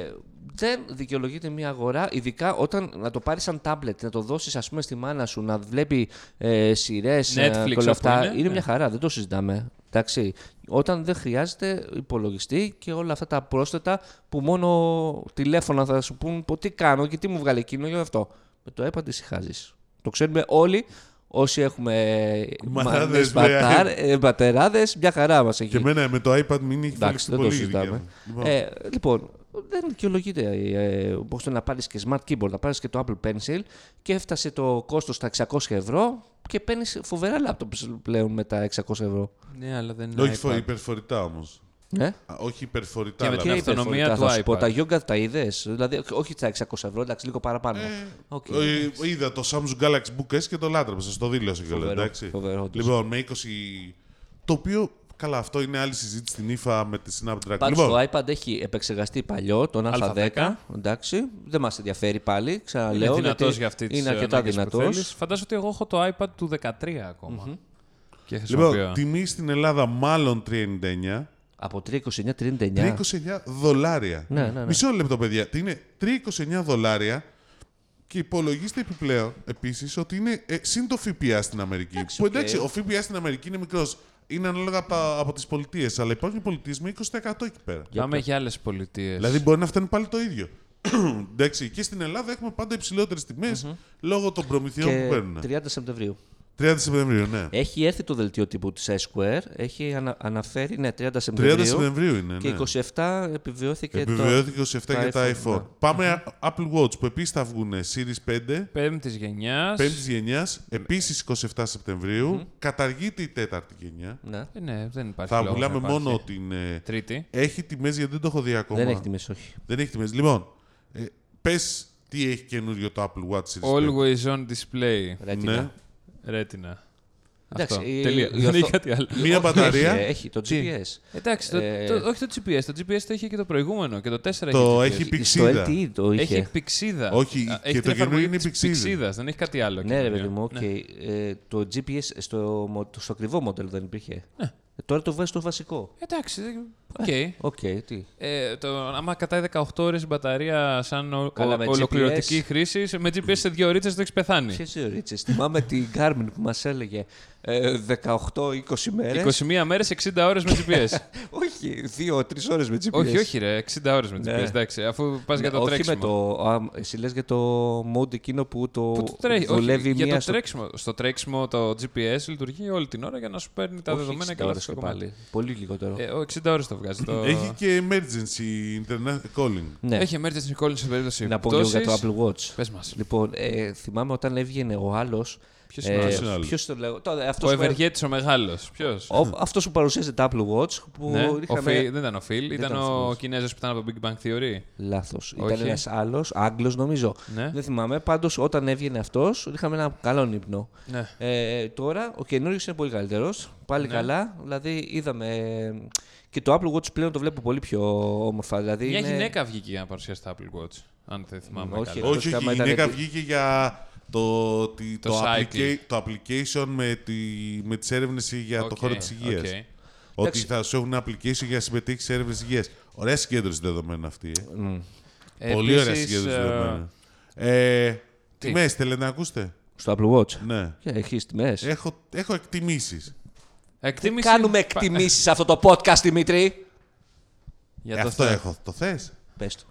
δεν δικαιολογείται μια αγορά, ειδικά όταν να το πάρεις σαν τάμπλετ, να το δώσεις, ας πούμε, στη μάνα σου, να βλέπει ε, σειρές
Netflix,
και όλα αυτά.
όπου είναι, ναι.
μια χαρά, δεν το συζητάμε. Εντάξει, όταν δεν χρειάζεται υπολογιστή και όλα αυτά τα πρόσθετα που μόνο τηλέφωνα θα σου πούν πω, τι κάνω και τι μου βγάλει εκείνο και αυτό. Με το έπαντη ησυχάζει. Το ξέρουμε όλοι όσοι έχουμε μανάδες,
Μανάδες, βρε.
πατάρ, ε, πατεράδες, μια χαρά μας
Και
έχει.
εμένα με το iPad mini έχει
Εντάξει,
φύγει
δεν το
πολύ.
συζητάμε.
Γιάννη. Λοιπόν,
Ε, λοιπόν, δεν δικαιολογείται ε, ώστε να πάρεις και smart keyboard, να πάρεις και το Apple Pencil και έφτασε το κόστος στα 600 ευρώ και παίρνεις φοβερά laptops πλέον με τα 600 ευρω
Ναι, αλλά δεν
όχι φο- υπερφορητά όμως.
Ναι.
Όχι υπερφορητά.
Και με
αλλά-
την
Και
αυτονομία
υπερφορικά,
του
θα σου πω,
iPad.
τα yoga τα είδες. Δηλαδή, όχι τα 600 ευρώ, εντάξει, λίγο παραπάνω. Οκ.
Λοιπόν.
Ε, Είδα το Samsung Galaxy Book S και το λάτρεψα. Στο δήλωσε και
Φοβερό,
εντάξει.
φοβερό, όντως.
Λοιπόν, με 20. Το οποίο. Καλά, αυτό είναι άλλη συζήτηση στην ύφα με τη Snapdragon.
Πάντως
λοιπόν,
το iPad έχει επεξεργαστεί παλιό, τον
Α10.
Α10. εντάξει, δεν μας ενδιαφέρει πάλι. Ξαναλέω.
Είναι
γιατί
δυνατός για αυτή τη
Είναι αρκετά δυνατό.
Φαντάζομαι ότι εγώ έχω το iPad του 13 ακόμα. Και χρησιμοποιώ.
λοιπόν τιμή στην Ελλάδα μάλλον 3,99.
Από 329-39.
3,29 δολάρια.
Ναι, ναι, ναι.
Μισό λεπτό, παιδιά. Τι Είναι 3,29 δολάρια και υπολογίστε επιπλέον επίσης ότι είναι ε, συν το ΦΠΑ στην Αμερική. που
οκ.
εντάξει, ο ΦΠΑ στην Αμερική είναι μικρός. Είναι ανάλογα από, τα- από τις πολιτείες, αλλά υπάρχουν πολιτείες με 20% εκεί πέρα.
Πάμε για άλλες πολιτείες.
Δηλαδή μπορεί να φτάνει πάλι το ίδιο. Εντάξει, και στην Ελλάδα έχουμε πάντα υψηλότερες λόγω των προμηθειών που
Και
παίρνουν.
30 Σεπτεμβρίου.
30 Σεπτεμβρίου, ναι.
Έχει έρθει το δελτίο τύπου της Esquire, έχει ανα, αναφέρει, ναι, 30 Σεπτεμβρίου
30 Σεπτεμβρίου είναι.
και
Ναι.
27 επιβιώθηκε
Επιβεβαιώθηκε 27
τα
για τα
iPhone,
iPhone.
ναι.
Πάμε Apple Watch που επίσης θα βγουν Series 5.
Πέμπτης γενιάς.
Πέμπτης γενιάς, επίσης 27 σεπτεμβριου καταργείται η τέταρτη γενιά.
το... Ναι.
Ναι, δεν υπάρχει.
Θα
λόγος να
μιλάμε
υπάρχει.
μόνο την. ε,
Τρίτη.
Έχει τιμές γιατί δεν το έχω δει ακόμα.
Δεν έχει τιμές, όχι.
Δεν έχει τιμές. Λοιπόν, ε, πες τι έχει καινούριο το Apple Watch Series.
Always on display.
Ρέτινα.
Ναι.
Retina.
Εντάξει,
Αυτό.
η-
Τελεία.
η
Δεν
οθο-
έχει κάτι άλλο.
Μία μπαταρία.
Έχει, ε, έχει το GPS.
Εντάξει, το,
Ε,
το- όχι το GPS. Το GPS το είχε και το προηγούμενο και το 4
Το
είχε GPS.
έχει
Στο
πηξίδα.
LTE το είχε.
Έχει πηξίδα.
Όχι,
Α,
και
έχει
το
την
καινούριο
εφαρμογή
είναι
της
πηξίδα.
πηξίδας, Δεν έχει κάτι άλλο.
Ναι, ρε
καινούριο.
παιδί μου, οκ. Ε, το GPS στο, μο- στο ακριβό μοντέλο δεν υπήρχε.
Ναι.
Ε, Τώρα το βάζεις στο βασικό.
Εντάξει, δεν- οκ.
Οκ, τι.
Ε, το, άμα κατάει 18 ώρε μπαταρία σαν ο,
Καλά,
ο-
με
ολοκληρωτική
GPS.
χρήση, σε- με GPS σε δύο ώρε το έχεις πεθάνει.
Ποιες οι ρίτσες. Θυμάμαι την Garmin που μας έλεγε ε, 18-20 μέρες.
21 μέρε, 60 ώρες με GPS.
όχι, 2-3 ώρες με GPS.
όχι, όχι, ρε, 60 ώρες με GPS.
Ναι.
Εντάξει, αφού πας για το
όχι
τρέξιμο.
με το. Α, εσύ λες για το mode εκείνο που το,
Που το τρέ-
δουλεύει
όχι,
μία
για το
στο-
τρέξιμο. Στο τρέξιμο το GPS λειτουργεί όλη την ώρα για να σου παίρνει τα
Όχι,
δεδομένα
60
και όλα
ώρες
αυτά
και
τα κομμάτια.
πάλι. Πολύ λιγότερο.
Ε, ο 60 ώρες το βγάζει. Το...
Έχει και emergency internet calling.
ναι.
Έχει emergency calling σε περίπτωση.
να πω λίγο για το Apple Watch.
Πες μας.
Λοιπόν, ε, θυμάμαι όταν έβγαινε ο άλλος
Ποιος είναι ο άλλος?
Ποιος είναι ο άλλος?
Ποιος το λέω. Τώρα, αυτός
Ο
που-
Ευεργέτης ο μεγάλος. Ποιος.
ο- αυτός που παρουσίασε τα Apple Watch που
Ναι, ο
είχαμε...
Phil- δεν ήταν ο Phil, ήταν
ήταν
ο
αυτός.
Κινέζος που ήταν από το Big Bang Theory.
Λάθος. Ήταν
Όχι.
ένας άλλος, Άγγλος νομίζω.
Ναι.
Δεν θυμάμαι. Πάντως όταν έβγαινε αυτός, είχαμε ένα καλό ύπνο.
Ναι.
Ε, τώρα ο καινούριο είναι πολύ καλύτερος. Πάλι καλά. Δηλαδή είδαμε. ε, Και το Apple Watch πλέον το βλέπω πολύ πιο όμορφα. Δηλαδή
Μια
είναι-
γυναίκα βγήκε για να παρουσιάσει τα Apple Watch. Αν δεν θυμάμαι
Όχι,
καλά.
εκτός
Όχι,
κι
όχι,
άμα
η
ήταν
γυναίκα
επί-
βγήκε για το, ότι
Το
το,
cycle.
applica- το application με, τη, με τις έρευνες για το
Οκ,
χώρο της υγείας.
οκ.
Ότι
Εντάξει.
θα σου έχουν application για να συμμετέχεις σε έρευνες υγείας. Ωραία συγκέντρωση δεδομένα αυτή. Ε.
Ε,
Πολύ ωραία
επίσης,
συγκέντρωση
ε,
δεδομένα. Ε,
τι?
τιμές, θέλετε να ακούσετε.
Στο Apple Watch. Ε,
Ναι.
Έχεις τιμές.
Ε,
Έχω, έχω εκτιμήσεις.
εκτίμηση-
Κάνουμε
πα-
εκτιμήσεις σε αυτό το podcast, Δημήτρη.
Για
Ε,
το
αυτό
θέμα.
έχω. Το θες.
Πες το.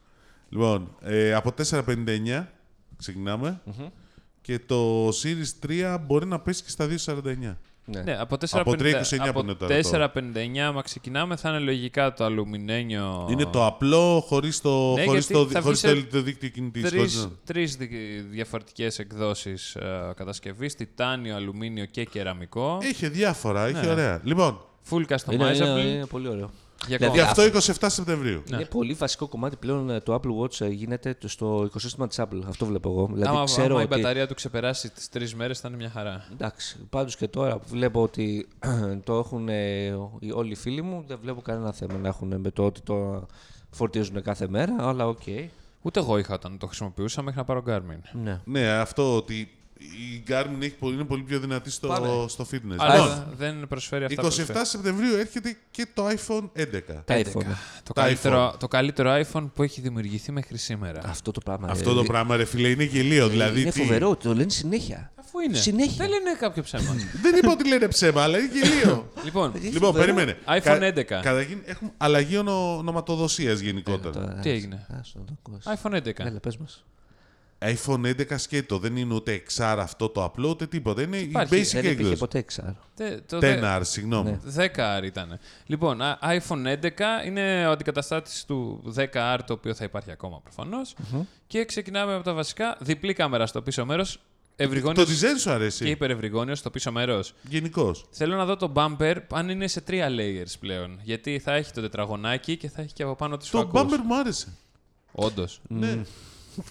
Λοιπόν, ε, από 4.59 ξεκιναμε και το Series 3 μπορεί να πέσει και στα 2.49.
Ναι, από 4,59
Από 3,29 που
από
είναι τώρα το-
4,59 μα ξεκινάμε, θα είναι λογικά το αλουμινένιο.
Είναι το απλό χωρίς το,
Ναι,
χωρίς
γιατί
το,
θα βγει
χωρίς
σε
το, το δίκτυο κινητής. χωρίς
Τρεις,
να-
τρεις δι- διαφορετικές εκδόσεις ε, κατασκευής, τιτάνιο, αλουμίνιο και κεραμικό.
Έχει διάφορα,
Ναι.
έχει ωραία. Λοιπόν,
Full
Είναι, είναι,
customizable.
είναι πολύ ωραίο.
Για
γι'
ακόμα.
αυτό 27 Σεπτεμβρίου.
Ναι.
Είναι πολύ βασικό κομμάτι πλέον ε, το Apple Watch ε, γίνεται το- στο οικοσύστημα της Apple. Αυτό βλέπω εγώ. Δηλαδή
άμα,
ξέρω
άμα η
ότι...
μπαταρία του ξεπεράσει τις τρεις μέρες θα είναι μια χαρά.
Εντάξει, πάντως και τώρα που βλέπω ότι το έχουν ε, οι- όλοι οι φίλοι μου, δεν βλέπω κανένα θέμα να έχουν με το ότι το φορτίζουν κάθε μέρα, αλλά οκ.
Ούτε εγώ είχα όταν το χρησιμοποιούσα μέχρι να πάρω Garmin.
Ναι.
Ναι, αυτό ότι η Garmin έχει, πολύ- είναι πολύ πιο δυνατή στο, στο fitness. Λοιπόν,
Αλλά δεν προσφέρει αυτά που
27
προσφέρει.
Σεπτεμβρίου έρχεται και το iPhone 11.
Τα iPhone.
Το
τα
καλύτερο, το καλύτερο iPhone που έχει δημιουργηθεί μέχρι σήμερα.
Αυτό το πράγμα.
Αυτό
ε,
το πράγμα, ρε φίλε, είναι γελίο. Δηλαδή,
Είναι
τι-
φοβερό, το λένε συνέχεια.
Αφού είναι.
Συνέχεια.
Δεν λένε κάποιο ψέμα.
Δεν είπα ότι λένε ψέμα, αλλά είναι γελίο.
λοιπόν,
Ε,
λοιπόν, περίμενε.
iPhone
Κα-
11.
Καταρχήν έχουμε αλλαγή ονο, ονοματοδοσία γενικότερα.
Τώρα,
τι
ας-
έγινε?
ας το ακούσεις.
iPhone 11.
ε, Έλα, πες μας.
iPhone 11 σκέτο. Δεν είναι ούτε εξάρα αυτό το απλό, ούτε τίποτα. Είναι η
Υπάρχει,
basic
Δεν υπήρχε
έκδοση.
ποτέ Ναι. εξάρω.
Τε- το δε-
10R, συγγνώμη.
10R ήταν. Λοιπόν, α- iPhone 11 είναι ο αντικαταστάτης του 10R, το οποίο θα υπάρχει ακόμα προφανώς. Και ξεκινάμε από τα βασικά. Διπλή κάμερα στο πίσω μέρος,
Το
ευρυγόνιος
design σου
και
αρέσει.
υπερευρυγόνιος στο πίσω μέρος.
Γενικώς.
Θέλω να δω το bumper αν είναι σε τρία layers πλέον. Γιατί θα έχει το τετραγωνάκι και θα έχει και από πάνω τις
Το
φακούς.
bumper μου άρεσε.
Όντως.
Ναι.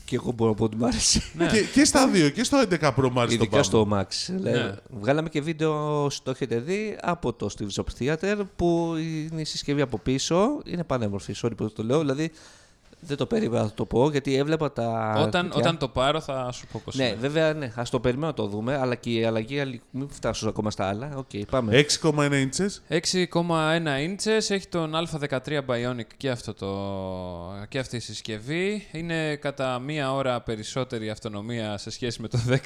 Και εγώ μπορώ να πω ότι μου άρεσε.
Ναι.
Και, και στα δύο, και στο 11 Pro μου άρεσε το
Ειδικά
bumper.
στο Max.
Ναι.
Λέει, Βγάλαμε και βίντεο, όσοι το έχετε δει, από το Steve Jobs Theater που είναι η συσκευή από πίσω. Είναι πανέμορφη, sorry που το λέω. Δηλαδή δεν το περίμενα να το πω γιατί έβλεπα τα.
Όταν,
τέτοια.
όταν το πάρω θα σου πω πώς
Ναι,
είναι.
βέβαια, ναι, ας το περιμένω να το δούμε, αλλά και η αλλαγή. αλλη- Μην φτάσω ακόμα στα άλλα. Οκ,
Ε,
πάμε.
6,1 inches.
6,1 ίντσες, έχει τον α13 Bionic και, αυτό το, και αυτή η συσκευή. Είναι κατά μία ώρα περισσότερη αυτονομία σε σχέση με το 10.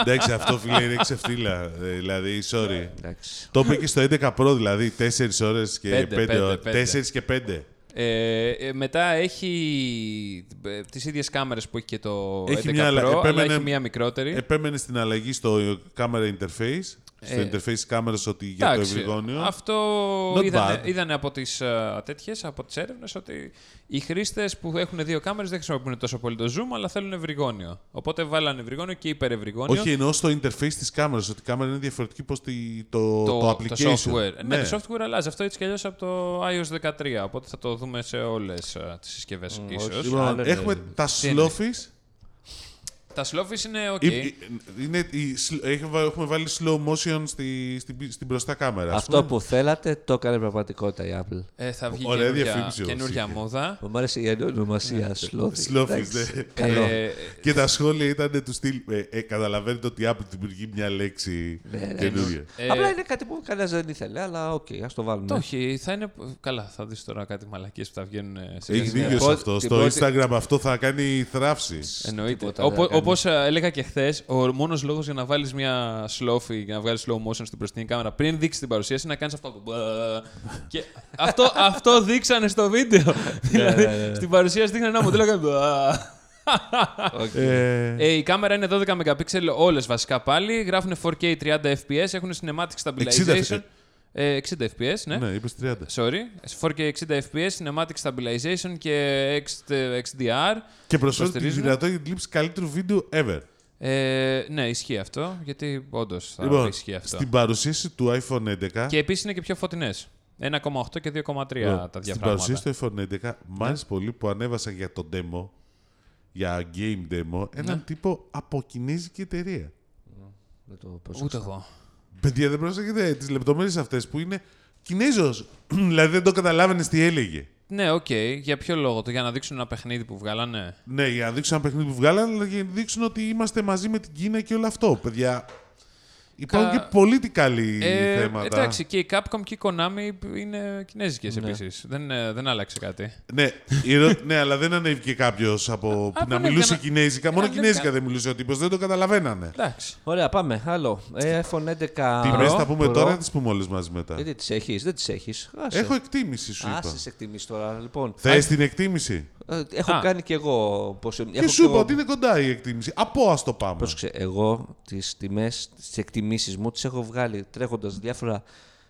Εντάξει, αυτό φίλε είναι ξεφτύλα. Ε, Δηλαδή, sorry.
Εντάξει.
Το είπε και στο 11 Pro, δηλαδή 4 ώρες και
Πέντε,
5
πέντε,
ώρες.
πέντε.
4 και 5.
ε, ε, μετά έχει ε, τις ίδιες κάμερες που έχει και το
Έχει
11
μια αλλα-
Pro, αλλά
επέμενε-
έχει μία μικρότερη.
Επέμενε στην αλλαγή στο camera interface, στο interface τη κάμερας ότι για το
Ε. Εντάξει,
ευρυγόνιο.
Αυτό
Not
είδανε,
bad.
είδανε από τις α, τέτοιες, από τις έρευνες, ότι οι χρήστες που έχουν δύο κάμερες δεν χρησιμοποιούν τόσο πολύ το zoom, αλλά θέλουν ευρυγόνιο. Οπότε βάλανε ευρυγόνιο και υπερευρυγόνιο.
Όχι, εννοώ στο interface της κάμερας, ότι η κάμερα είναι διαφορετική προ το,
το,
το, application.
software. Ναι. το software αλλάζει. Αυτό έτσι κι αλλιώς από το iOS 13. Οπότε θα το δούμε σε ε, όλε τις συσκευές, ίσω.
Λοιπόν,
Άλλο, ναι.
έχουμε τα
ε, Τι είναι.
slowfish.
Τα Slovis είναι OK.
Ε, Είναι, η sl- έχ- έχουμε βάλει slow motion στη, στην, στην μπροστά κάμερα. ας
Αυτό
πούμε.
που θέλατε το έκανε πραγματικότητα η Apple.
Ε, θα βγει
Ωραία
καινούργια,
διαφήμιση όμως,
καινούργια
είχε.
μόδα.
Μου άρεσε η ονομασία Σλόφι.
Slow fish, ναι.
Καλό.
Ε,
Και τα σχόλια ήταν του στυλ. Ε, ε, καταλαβαίνετε ότι η Apple δημιουργεί μια λέξη καινούργια.
ε,
Απλά είναι κάτι που κανένας δεν ήθελε, αλλά οκ, ας το βάλουμε.
το όχι, θα είναι. Καλά, θα δεις τώρα κάτι μαλακίες που θα βγαίνουν ε, σε
Έχεις
λίγες μέρες.
δίκιο σε
πρώτη-
αυτό.
την
Στο
πρώτη-
Instagram αυτό θα κάνει θράψη.
Εννοείται.
Τίποτα δεν θα κάνουμε.
Όπω έλεγα και χθες, ο μόνος λόγος για να βάλεις μια σλόφη, για να βγάλεις slow motion στην μπροστινή κάμερα πριν δείξεις την παρουσίαση είναι να κάνεις αυτό. το μπα. και αυτό, αυτό δείξανε
Ναι,
στο βίντεο. δηλαδή, στην παρουσίαση δείχνανε ένα μοντέλο. και κάνει μπα.
Ε,
Ε, η κάμερα είναι 12 MP, όλες βασικά πάλι. Γράφουν 4K 30 FPS, έχουν cinematic stabilization.
60.
Ε, 60 FPS, ναι.
Ναι, είπες 30.
Sorry. 4K 60 FPS, cinematic stabilization και XDR.
Και προσφέρει τη
Υποστηρίζουμε.
δυνατότητα για τη λήψη καλύτερου βίντεο ever.
Ε, Ε, ναι, ισχύει αυτό. Γιατί όντως θα
Λοιπόν,
ισχύει αυτό.
στην παρουσίαση του iPhone 11.
Και επίσης είναι και πιο φωτεινές. 1,8 και
Λοιπόν,
2,3 τα Ναι.
Στην
διαφράγματα.
παρουσίαση του iPhone 11, μ' άρεσε πολύ που ανέβασα για το demo, για game demo, έναν
Ναι.
τύπο από κινέζικη εταιρεία.
Δεν το πρόσεξα.
Ούτε εγώ.
Παιδιά, δεν προσέχετε τις λεπτομέρειες αυτές που είναι Κινέζος. δηλαδή δεν το καταλάβαινες τι έλεγε.
Ναι, οκ. Για ποιο λόγο το, για να δείξουν ένα παιχνίδι που βγάλανε.
Ναι, για να δείξουν ένα παιχνίδι που βγάλανε, αλλά για να δείξουν ότι είμαστε μαζί με την Κίνα και όλο αυτό. Παιδιά, υπάρχουν
Κα-
και πολιτικά καλοί
Ε,
θέματα.
εντάξει, και η Capcom και η Konami είναι κινέζικες επίσης. Δεν, ε, δεν άλλαξε κάτι.
Ναι, η ερω- ναι, αλλά δεν ανέβηκε κάποιος από...
Α,
να
δεν
μιλούσε
έκανα-
Κινέζικα. Μόνο
δεν
Κινέζικα
έκανα-
δεν μιλούσε ο τύπος, δεν το καταλαβαίνανε.
Εντάξει.
Ωραία, πάμε. Άλλο. Ε, iPhone 11.
Τιμέ
Pro,
θα πούμε
Pro.
τώρα, θα τις πούμε όλες μαζί μετά.
Ε, Δεν τις έχεις, δεν τις έχεις.
Έχω εκτίμηση, σου είπα.
Άσε εκτιμήσεις τώρα, λοιπόν.
Θες την εκτίμηση.
Ε, Έχω
Α.
κάνει κι εγώ. Πώς... έχω
Και
κι
σου είπα
εγώ-
ότι είναι κοντά η εκτίμηση. Από ας το πάμε.
Πρόσεξε, εγώ τις τιμές, τις εκτιμήσεις μου τις έχω βγάλει τρέχοντας διάφορα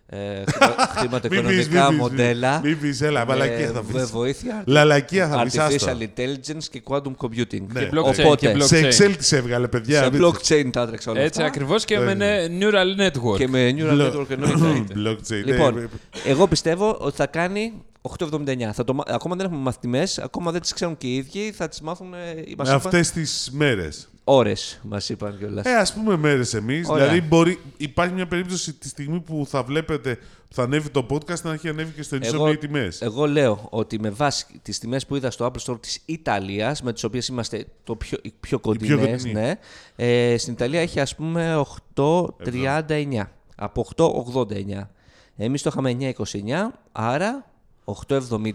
ε, χρημα- χρηματοοικονομικά
πεις, μην πεις,
μοντέλα. Ε,
μην πεις, έλα, μαλακία θα πεις.
Με βοήθεια.
Λαλακία θα πει άστο.
Artificial intelligence και quantum computing.
Ναι.
blockchain,
Οπότε,
και blockchain.
Σε Excel τις έβγαλε, παιδιά.
σε
μην-
blockchain τα έτρεξα
Λοιπόν,
όλα
Έτσι
αυτά.
ακριβώς και με ναι, neural network.
Και με neural
Blo-
network εννοείται.
Blockchain.
Λοιπόν,
ναι.
εγώ πιστεύω ότι θα κάνει 8,79. Θα το, μα- ακόμα δεν έχουμε μάθει τιμές, ακόμα δεν τις ξέρουν και οι ίδιοι, θα τις μάθουν ε, οι- μας
Με
είπαν,
Ναι, αυτές τις μέρες.
ώρες, μας είπαν κιόλας.
Ε, ας πούμε μέρες εμείς.
Ωραία.
Δηλαδή μπορεί, υπάρχει μια περίπτωση τη στιγμή που θα βλέπετε που θα ανέβει το podcast να έχει ανέβει και στο
Εγώ-
Instagram οι τιμές.
Εγώ λέω ότι με βάση τις τιμές που είδα στο Apple Store της Ιταλίας, με τις οποίες είμαστε το πιο, οι πιο
πιο
κοντινές,
κοντινή.
ναι, ε, στην Ιταλία έχει ας πούμε 8,39. Από 8,89. Εμείς το είχαμε 9,29, άρα 8,79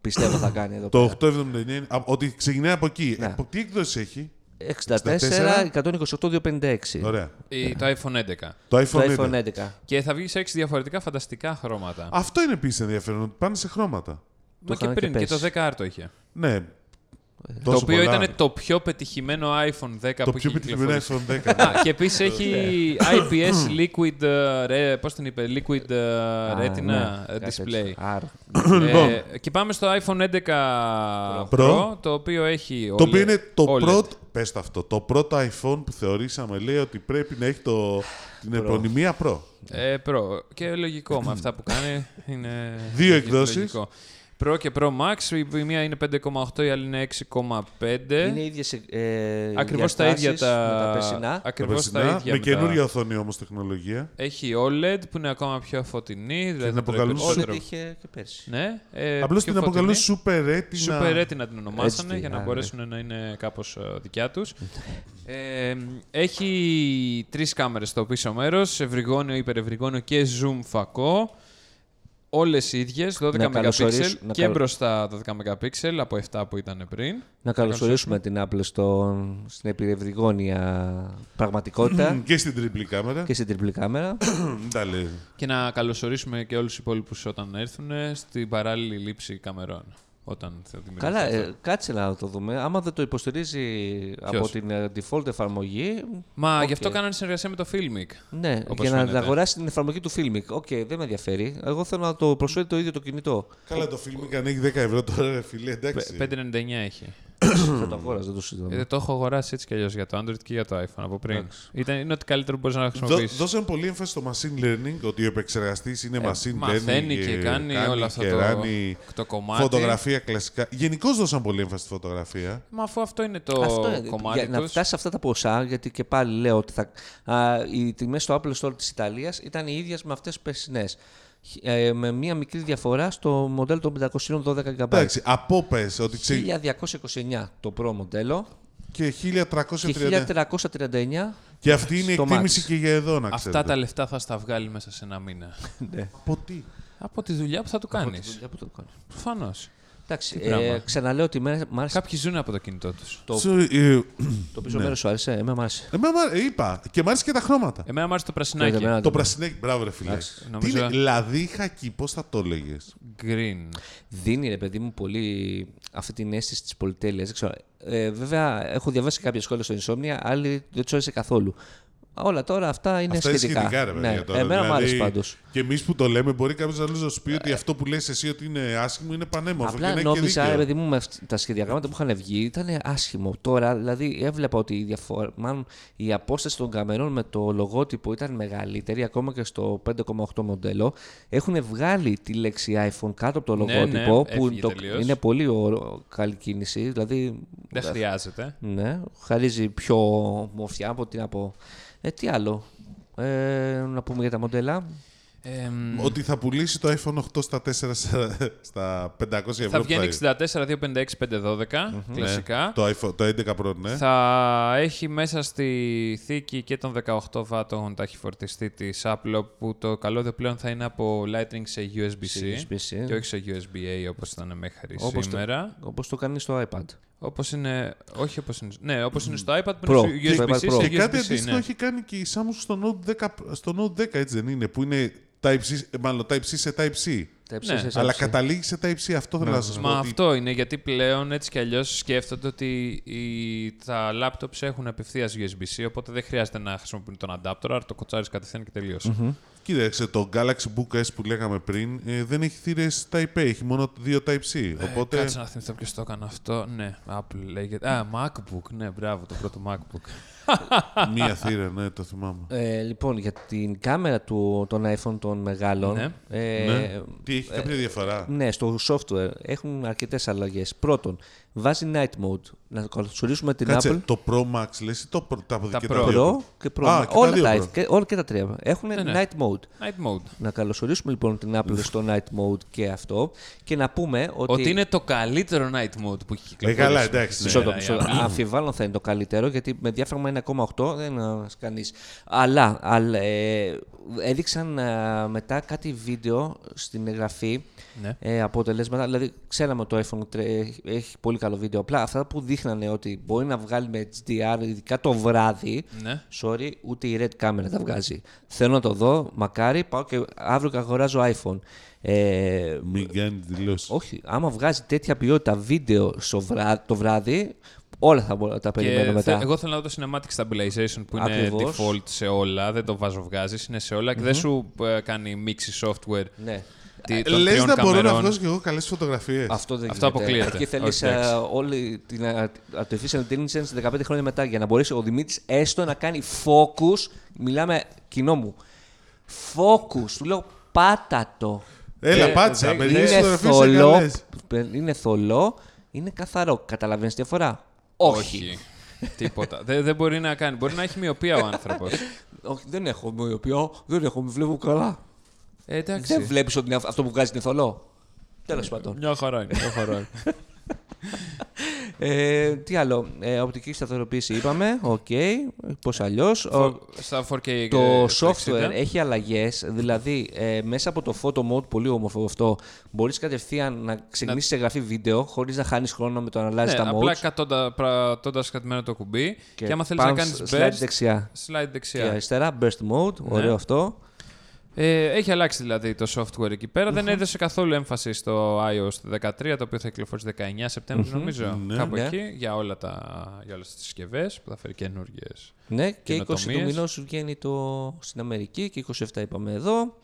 πιστεύω θα κάνει εδώ πέρα.
Το 8,79, είναι- α, ότι ξεκινάει από εκεί.
Ναι.
Ε, από τι έκδοση έχει,
64, 128, 256.
ωραία.
Ή το iPhone 11.
Το iPhone,
Ε, Το
11.
iPhone 11.
Και θα βγει σε 6 διαφορετικά φανταστικά χρώματα.
Αυτό είναι επίσης ενδιαφέρον, ότι πάνε σε χρώματα.
Μα και
είχαν και
πριν, και, το
πέρσι.
10 R το είχε.
Ε,
Ναι,
Το οποίο ήταν το πιο πετυχημένο iPhone 10
το
που
πιο
είχε
επιτυχημένο
κυκλοφορήσει.
iPhone 10. ναι.
Α, και επίσης έχει IPS Liquid, ε, ρε, πώς την είπε, Liquid ε,
Α,
Retina
ναι,
ε,
κάτι
Display.
έτσι. Άρα,
λοιπόν.
Ε, και πάμε στο iPhone 11 Pro,
Pro.
το οποίο έχει
Το
OLED-
οποίο είναι το
OLED.
πρώτο. Πες το αυτό. Το πρώτο iPhone που θεωρήσαμε λέει ότι πρέπει να έχει το, την επωνυμία Pro.
Ε, Pro. Και λογικό με αυτά που κάνει. Είναι
Δύο
λογικό.
εκδόσεις.
Pro και Pro Max. η- Η μία είναι 5,8, η άλλη είναι 6,5.
Είναι ίδιες ε,
Ακριβώς τα ίδια τα,
διαστάσεις με τα περσινά.
Ακριβώς τα
Περσινά,
ίδια.
με
τα-
καινούργια οθόνη όμως τεχνολογία.
Έχει OLED που είναι ακόμα πιο φωτεινή. Δηλαδή
την
το
αποκαλούν
Όλη
περισσότερο-
την είχε και πέρσι.
Ναι, ε,
Απλώς
πιο
την αποκαλούν
φωτεινή.
Super Retina.
Super Retina την ονομάσανε
HD,
για να
α, ναι.
μπορέσουν να είναι κάπως ε, δικιά τους. Ε, έχει τρεις κάμερες στο πίσω μέρος, ευρυγόνιο, υπερευρυγόνιο και zoom φακό. Όλες οι ίδιες, 12
Να
MP
καλωσορίσ- να
και
καλο-
μπροστά 12 MP από 7 που ήταν πριν.
Να καλωσορίσουμε την Apple στον, στην επιρευρυγόνια πραγματικότητα
Μμμ, Και στην τριπλή κάμερα.
και στην τριπλή κάμερα.
Μμμ, Τα λέει.
Και να καλωσορίσουμε και όλους τους υπόλοιπους όταν έρθουν ε, στην παράλληλη λήψη καμερών. Όταν θα δημιουργηθεί
Καλά,
αυτό.
ε, κάτσε να το δούμε. Άμα δεν το υποστηρίζει από την ε, default εφαρμογή,
Μα
οκ.
γι' αυτό κάνανε συνεργασία με το Filmic.
Ναι,
Όπως
για να
φαίνεται.
αγοράσει την εφαρμογή του Filmic. Οκ, δεν με ενδιαφέρει. Εγώ θέλω να το προσφέρει το ίδιο το κινητό.
Καλά, το φιλμ έχει 10 ευρώ τώρα, ρε φίλε. Εντάξει.
5,99 έχει.
θα το αγόραζα, δεν το συζητάμε.
Ε, το έχω αγοράσει έτσι κι αλλιώς για το Android και για το iPhone από πριν. Ήταν, είναι ότι καλύτερο που μπορείς να
Δώ-
χρησιμοποιήσεις.
δώσαν πολύ έμφαση στο machine learning, ότι ο επεξεργαστής είναι machine learning.
Ε, μαθαίνει και κάνει όλο αυτό
και
το-
ράνει
το κομμάτι.
Φωτογραφία κλασικά. Γενικώς δώσαν πολύ έμφαση στη φωτογραφία.
Μα αφού αυτό είναι το
είναι,
κομμάτι
ε, για να
τους.
φτάσει σε αυτά τα ποσά, γιατί και πάλι λέω ότι θα, α, οι τιμές στο Apple Store της Ιταλίας ήταν οι ίδιες με αυτές τις περσινές. Ε, με μία μικρή διαφορά στο μοντέλο των 512 GB.
Εντάξει, από πες ότι ξε-
1229 το Pro μοντέλο
και
και
1330.
1339.
Και αυτή είναι η
Στο
εκτίμηση
Max.
και για εδώ, να ξέρετε.
Αυτά τα λεφτά θα στα βγάλει μέσα σε ένα μήνα.
Από τι.
από τη δουλειά που θα του κάνει.
Για πού το κάνω.
Προφανώς.
Εντάξει,
πράγμα.
ε, ξαναλέω ότι μένα- μ' άρεσε
Κάποιοι ζουν από το κινητό τους.
Το-
Sorry, ε,
το πίσω μέρος σου άρεσε. ε, Εμένα μ' άρεσε.
εμένα μου άρε- είπα. Και μ' άρεσε και τα
Ε,
χρώματα.
Εμένα μου άρεσε το
Για
πρασινάκι.
μένα
Το
δεν-
πρασινάκι. Μπράβο, ρε φίλε. Τι
νομίζω-
είναι, λαδίχα εκεί, πώς θα το έλεγε.
Green.
δίνει ρε παιδί μου πολύ αυτή την αίσθηση της πολυτέλειας. Ε, βέβαια, έχω διαβάσει κάποια σχόλια στο Insomnia, άλλοι δεν τους άρεσε καθόλου. Όλα τώρα αυτά είναι
Αυτά είναι
σχετικά.
σχετικά, ρε παιδιά.
ναι.
τώρα.
Εμένα μου
Δηλαδή,
άρεσε πάντως. Ε,
Και εμείς που το λέμε, μπορεί κάποιος άλλος να σου πει ότι αυτό που λες εσύ ότι είναι άσχημο είναι πανέμορφο. και
Απλά
να έχει και
νόμιζα,
δίκιο.
ρε παιδί μου, με αυτ- τα σχεδιαγράμματα που είχαν βγει ήταν άσχημο. Τώρα, δηλαδή, έβλεπα ότι η, διαφορά, μάλλον, η απόσταση των καμερών με το λογότυπο ήταν μεγαλύτερη, ακόμα και στο 5,8 μοντέλο. Έχουν βγάλει τη λέξη iPhone κάτω από το
Ναι,
λογότυπο,
ναι,
που
έφυγε
το-
τελείως.
είναι πολύ ωρο- καλή κίνηση. Δηλαδή,
Δεν χρειάζεται.
ναι, χαρίζει πιο μορφιά από τι να πω. Ε, τι άλλο. Ε, να πούμε για τα μοντέλα.
Ε,
Ότι θα πουλήσει το iPhone 8 στα, 4, στα 500 ευρώ.
θα
που
βγαίνει
είναι.
64-256-512 κλασικά.
Το, iPhone, το 11 Pro, ναι.
Θα έχει μέσα στη θήκη και των 18 βάτων ταχυφορτιστή τη Apple, που το καλώδιο πλέον θα είναι από Lightning σε USB-C,
USB-C.
και όχι σε USB-A όπως ήταν μέχρι
Όπως το-
σήμερα.
Όπως το κάνει στο iPad.
Όπως είναι... Όχι όπως είναι... Ναι, όπως είναι
Mm.
στο iPad
Pro.
που
Το
είναι στο
iPad
USB-C
Pro.
σε
και κάτι
USB-C,
αντίστοιχο
ναι.
έχει κάνει και η Samsung στο Note 10, στο Note 10 έτσι δεν είναι, που είναι Type-C, ε, μάλλον Type-C σε Type-C.
Τα
Ναι,
υψηλές
Αλλά
άψεις.
καταλήγει σε Type-C, αυτό θέλω να σας πω.
Μα
ότι-
αυτό είναι γιατί πλέον έτσι κι αλλιώς σκέφτονται ότι οι, τα laptops έχουν απευθείας USB-C, οπότε δεν χρειάζεται να χρησιμοποιούν τον adapter, άρα το κοτσάρι κατευθείαν και τελειωσε
Mm-hmm. Κοίταξε, το Galaxy Book S που λέγαμε πριν ε, δεν έχει θύρες Type-A, έχει μόνο δύο Type-C.
Ε,
οπότε...
Κάτσε να θυμηθώ ποιος το έκανε αυτό. Ναι, Apple λέγεται. Α, MacBook. Ναι, μπράβο, το πρώτο MacBook.
Μία θύρα, ναι, το θυμάμαι.
Ε, λοιπόν, για την κάμερα του, των iPhone των μεγάλων.
Ναι.
Ε,
ναι. Τι έχει κάποια διαφορά.
ναι, στο software έχουν αρκετές αλλαγές. Πρώτον, βάζει night mode. Να καλωσορίσουμε την
Κάτσε,
Apple.
το Pro Max λες ή το Pro, τα, και
Pro.
δύο.
Pro και Pro.
Α, και τα
όλα,
δύο
τα,
Pro.
και, όλα και τα τρία έχουν
ναι.
night mode.
Night mode.
Να καλωσορίσουμε λοιπόν την Apple στο night mode και αυτό και να πούμε ότι.
Ότι είναι το καλύτερο night mode που έχει
Ε,
κυκλοφορήσει.
καλά, εντάξει. ναι.
Μισό λεπτό,
ναι,
μισό
ναι.
λεπτό. Αμφιβάλλω θα είναι το καλύτερο γιατί με διάφραγμα 1,8 δεν κανείς. Αλλά, αλλά, ε, έδειξαν ε, μετά κάτι βίντεο στην εγγραφή
Ναι.
ε, αποτελέσματα. Δηλαδή, ξέραμε ότι το iPhone 3 έχει, έχει πολύ καλό βίντεο. Απλά αυτά που δείχνανε ότι μπορεί να βγάλει με HDR, ειδικά το βράδυ.
Ναι.
Sorry, ούτε η Red κάμερα τα βγάζει. Θέλω να το δω, μακάρι, πάω και αύριο και αγοράζω iPhone. Ε,
Μην κάνεις δηλώσεις.
όχι, άμα βγάζει τέτοια ποιότητα βίντεο στο βρά- το βράδυ, όλα θα μπορώ να τα
Και
περιμένω μετά.
θε- εγώ θέλω να δω το Cinematic Stabilization που είναι
Ακριβώς.
default σε όλα. Δεν το βάζω βγάζεις, είναι σε όλα και δεν σου ε, κάνει μίξη software.
Ναι.
τι- των
Λες
τριών
να μπορώ να
καμερών.
βγάζω κι εγώ καλές φωτογραφίες.
Αυτό δεν
Αυτό
γίνεται.
αποκλείεται.
Εκεί θέλεις
Όχι, εντάξει.
όλη την ε, α, artificial intelligence 15 χρόνια μετά για να μπορέσει ο Δημήτρης έστω να κάνει focus. Μιλάμε κοινό μου. Focus. Του λέω πάτα το.
Έλα,
Ε,
πάτησα.
δεν-
Μερικέ φωτογραφίε είναι
θολό,
καλέ.
είναι θολό, είναι καθαρό. Καταλαβαίνεις διαφορά.
Τίποτα. δεν, δεν μπορεί να κάνει. Μπορεί να έχει μοιοπία ο άνθρωπος.
Όχι, δεν έχω μοιοποιό, δεν έχω, με βλέπω καλά.
Ε, εντάξει.
Δεν βλέπεις ότι είναι αυ- αυτό που βγάζει είναι θολό. Τέλος πάντων.
Μια χαρά είναι. Μια χαρά είναι.
Ε, τι άλλο. Ε, οπτική σταθεροποίηση είπαμε. Οκ. Πώς αλλιώς.
Στα 4K.
Το
ε,
software
60.
έχει αλλαγές. Δηλαδή, ε, μέσα από το photo mode, πολύ όμορφο αυτό, μπορείς κατευθείαν να ξεκινήσεις εγγραφή βίντεο χωρίς να χάνεις χρόνο με το να αλλάζεις
Ναι,
τα
απλά
modes.
κατώντα- πρατώντα κρατημένο το κουμπί. Και, άμα θέλεις να
πάνω
κάνει
σ- slide
burst,
δεξιά
slide
και
δεξιά. Ναι.
αριστερά, burst mode. Ωραίο αυτό.
Ε, έχει αλλάξει δηλαδή το software εκεί πέρα. Δεν έδωσε καθόλου έμφαση στο iOS 13, το οποίο θα κυκλοφορήσει 19 Σεπτέμβρη, νομίζω. Κάπου
ναι.
εκεί, για, όλα τα, για όλες τις συσκευές που θα φέρει καινούργιες.
Ναι, και 20 του
Καινοτομίες.
μηνό βγαίνει το στην Αμερική και 27 είπαμε εδώ.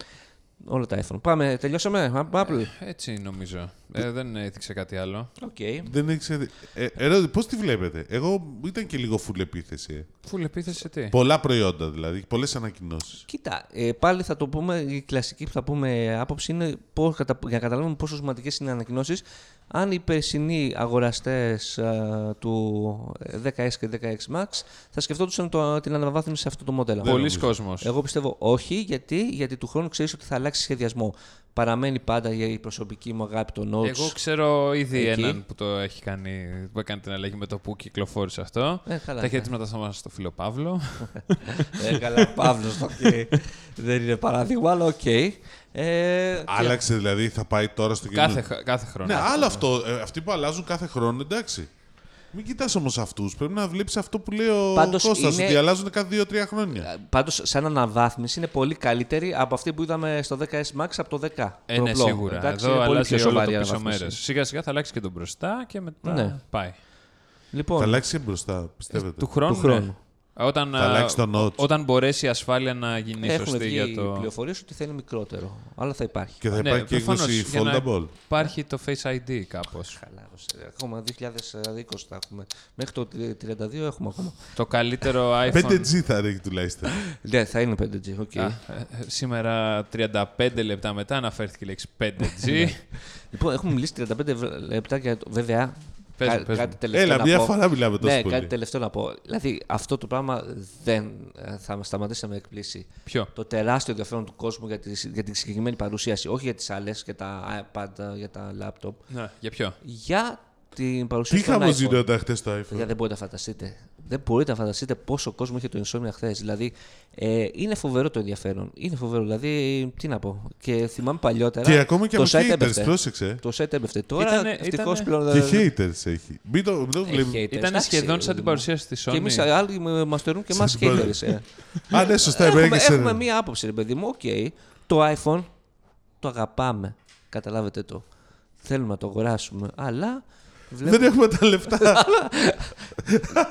Όλα τα iPhone. Πάμε, τελειώσαμε. Apple.
Έτσι νομίζω. Ε, δεν έδειξε κάτι άλλο.
Οκ.
Δεν ήξερε. Ε, ερώτηση, πώς τη βλέπετε. Εγώ ήταν και λίγο full επίθεση. ε.
Φουλ επίθεση τι.
Πολλά προϊόντα δηλαδή, πολλές ανακοινώσεις.
Κοίτα, ε, πάλι θα το πούμε, η κλασική που θα πούμε άποψη είναι πώς, κατα- για να καταλάβουμε πόσο σημαντικές είναι οι ανακοινώσεις. Αν οι περσινοί αγοραστές του 10S και 16 Max θα σκεφτόντουσαν το, την αναβάθμιση σε αυτό το μοντέλο.
Πολλοί κόσμος.
Εγώ πιστεύω όχι, γιατί, γιατί του χρόνου ξέρεις ότι θα αλλάξει σχεδιασμό. Παραμένει πάντα για η προσωπική μου αγάπη των Notes.
Εγώ ξέρω ήδη
Εκεί.
έναν που το έχει κάνει, που έκανε την αλλαγή με το που κυκλοφόρησε αυτό.
Ε, καλά,
τα
ναι.
χαιρετίσματα θα μας στο φίλο Παύλο.
Ε, καλά, Παύλος, οκ. Δεν είναι παράδειγμα, αλλά οκ. Ε,
Άλλαξε δηλαδή, θα πάει τώρα στο
κάθε,
καινούριο.
χα- κάθε χρόνο.
Ναι, άλλο αυτό. ε, αυτοί που αλλάζουν κάθε χρόνο, εντάξει. Μην κοιτάς όμως αυτούς. Πρέπει να βλέπεις αυτό που λέει ο
Πάντως
Κώστας,
είναι-
ότι αλλάζουν κάθε δύο-τρία
Ε,
χρόνια.
Πάντως, σαν αναβάθμιση είναι πολύ καλύτερη από αυτή που είδαμε στο 10S Max από το 10.
Ε, ναι,
Διπλό.
σίγουρα.
Εντάξει,
Εδώ
είναι πολύ πιο
αλλάζει όλο το
σοβαρή
πίσω
αναβάθμιση.
μέρες. Σιγά σιγά θα αλλάξει και τον μπροστά και μετά
Ναι.
πάει.
Λοιπόν,
Θα αλλάξει και μπροστά, πιστεύετε.
Του χρόνου. ναι.
του χρόνου.
Όταν,
Θα
α,
αλλάξει το notch.
όταν μπορέσει η ασφάλεια να γίνει
Έχουν
σωστή
βγει
για το.
πληροφορίες ότι θα είναι μικρότερο. Αλλά θα υπάρχει.
Και θα
Ναι,
υπάρχει και
προφανώς,
έκδοση
για να
foldable.
Υπάρχει το Face ID κάπως.
Χαλάρωσε. Ακόμα 2020 θα έχουμε. Μέχρι το 32 έχουμε ακόμα.
το καλύτερο iPhone.
5G θα είναι τουλάχιστον.
Ναι, θα είναι 5G. οκ.
Α, ε, ε, σήμερα 35 λεπτά μετά αναφέρθηκε η λέξη 5G.
Λοιπόν, έχουμε μιλήσει 35 λεπτά για το. Βέβαια.
Πες μου, πες
κάτι
μου.
τελευταίο
Έλα,
να
μια
πω.
φορά μιλάμε τόσο
Ναι, κάτι
πολύ.
τελευταίο να πω. Δηλαδή, αυτό το πράγμα δεν ε, θα μας σταματήσει να με εκπλήσει.
Ποιο.
Το τεράστιο ενδιαφέρον του κόσμου για τη, για τη συγκεκριμένη παρουσίαση, όχι για τις άλλες, για τα iPad, για τα laptop,
Ναι, για ποιο.
για την
Τι
παρουσίαση
χαμό
των iPhone.
γινόταν χτε στο
Παιδιά,
iPhone.
δεν μπορείτε να φανταστείτε. Δεν μπορείτε να φανταστείτε πόσο κόσμο είχε το insomnia χθες. Δηλαδή, ε, είναι φοβερό το ενδιαφέρον. Είναι φοβερό. Δηλαδή, τι να πω. Και θυμάμαι παλιότερα.
Και ακόμα και
το
με
site
haters,
έμπεφτε.
πρόσεξε.
Το site έμπεφτε. Τώρα
Ήτανε-
ευτυχώς
ήτανε- Ε,
πλέον.
Και
Ε, δεν-
haters έχει. Μην το, μην το
έχει
βλέπουμε.
haters.
Ήταν
Εντάξει,
σχεδόν σαν την
ε,
παρουσίαση της Sony.
Και εμείς άλλοι μας θεωρούν και εμάς
την
haters. ε.
Α, ναι, σωστά,
έχουμε,
επέγγισε.
έχουμε μία άποψη, ρε παιδί μου. Οκ, το iPhone το αγαπάμε. Καταλάβετε το. Θέλουμε να το αγοράσουμε. Αλλά βλέπουμε
Δεν έχουμε τα λεφτά.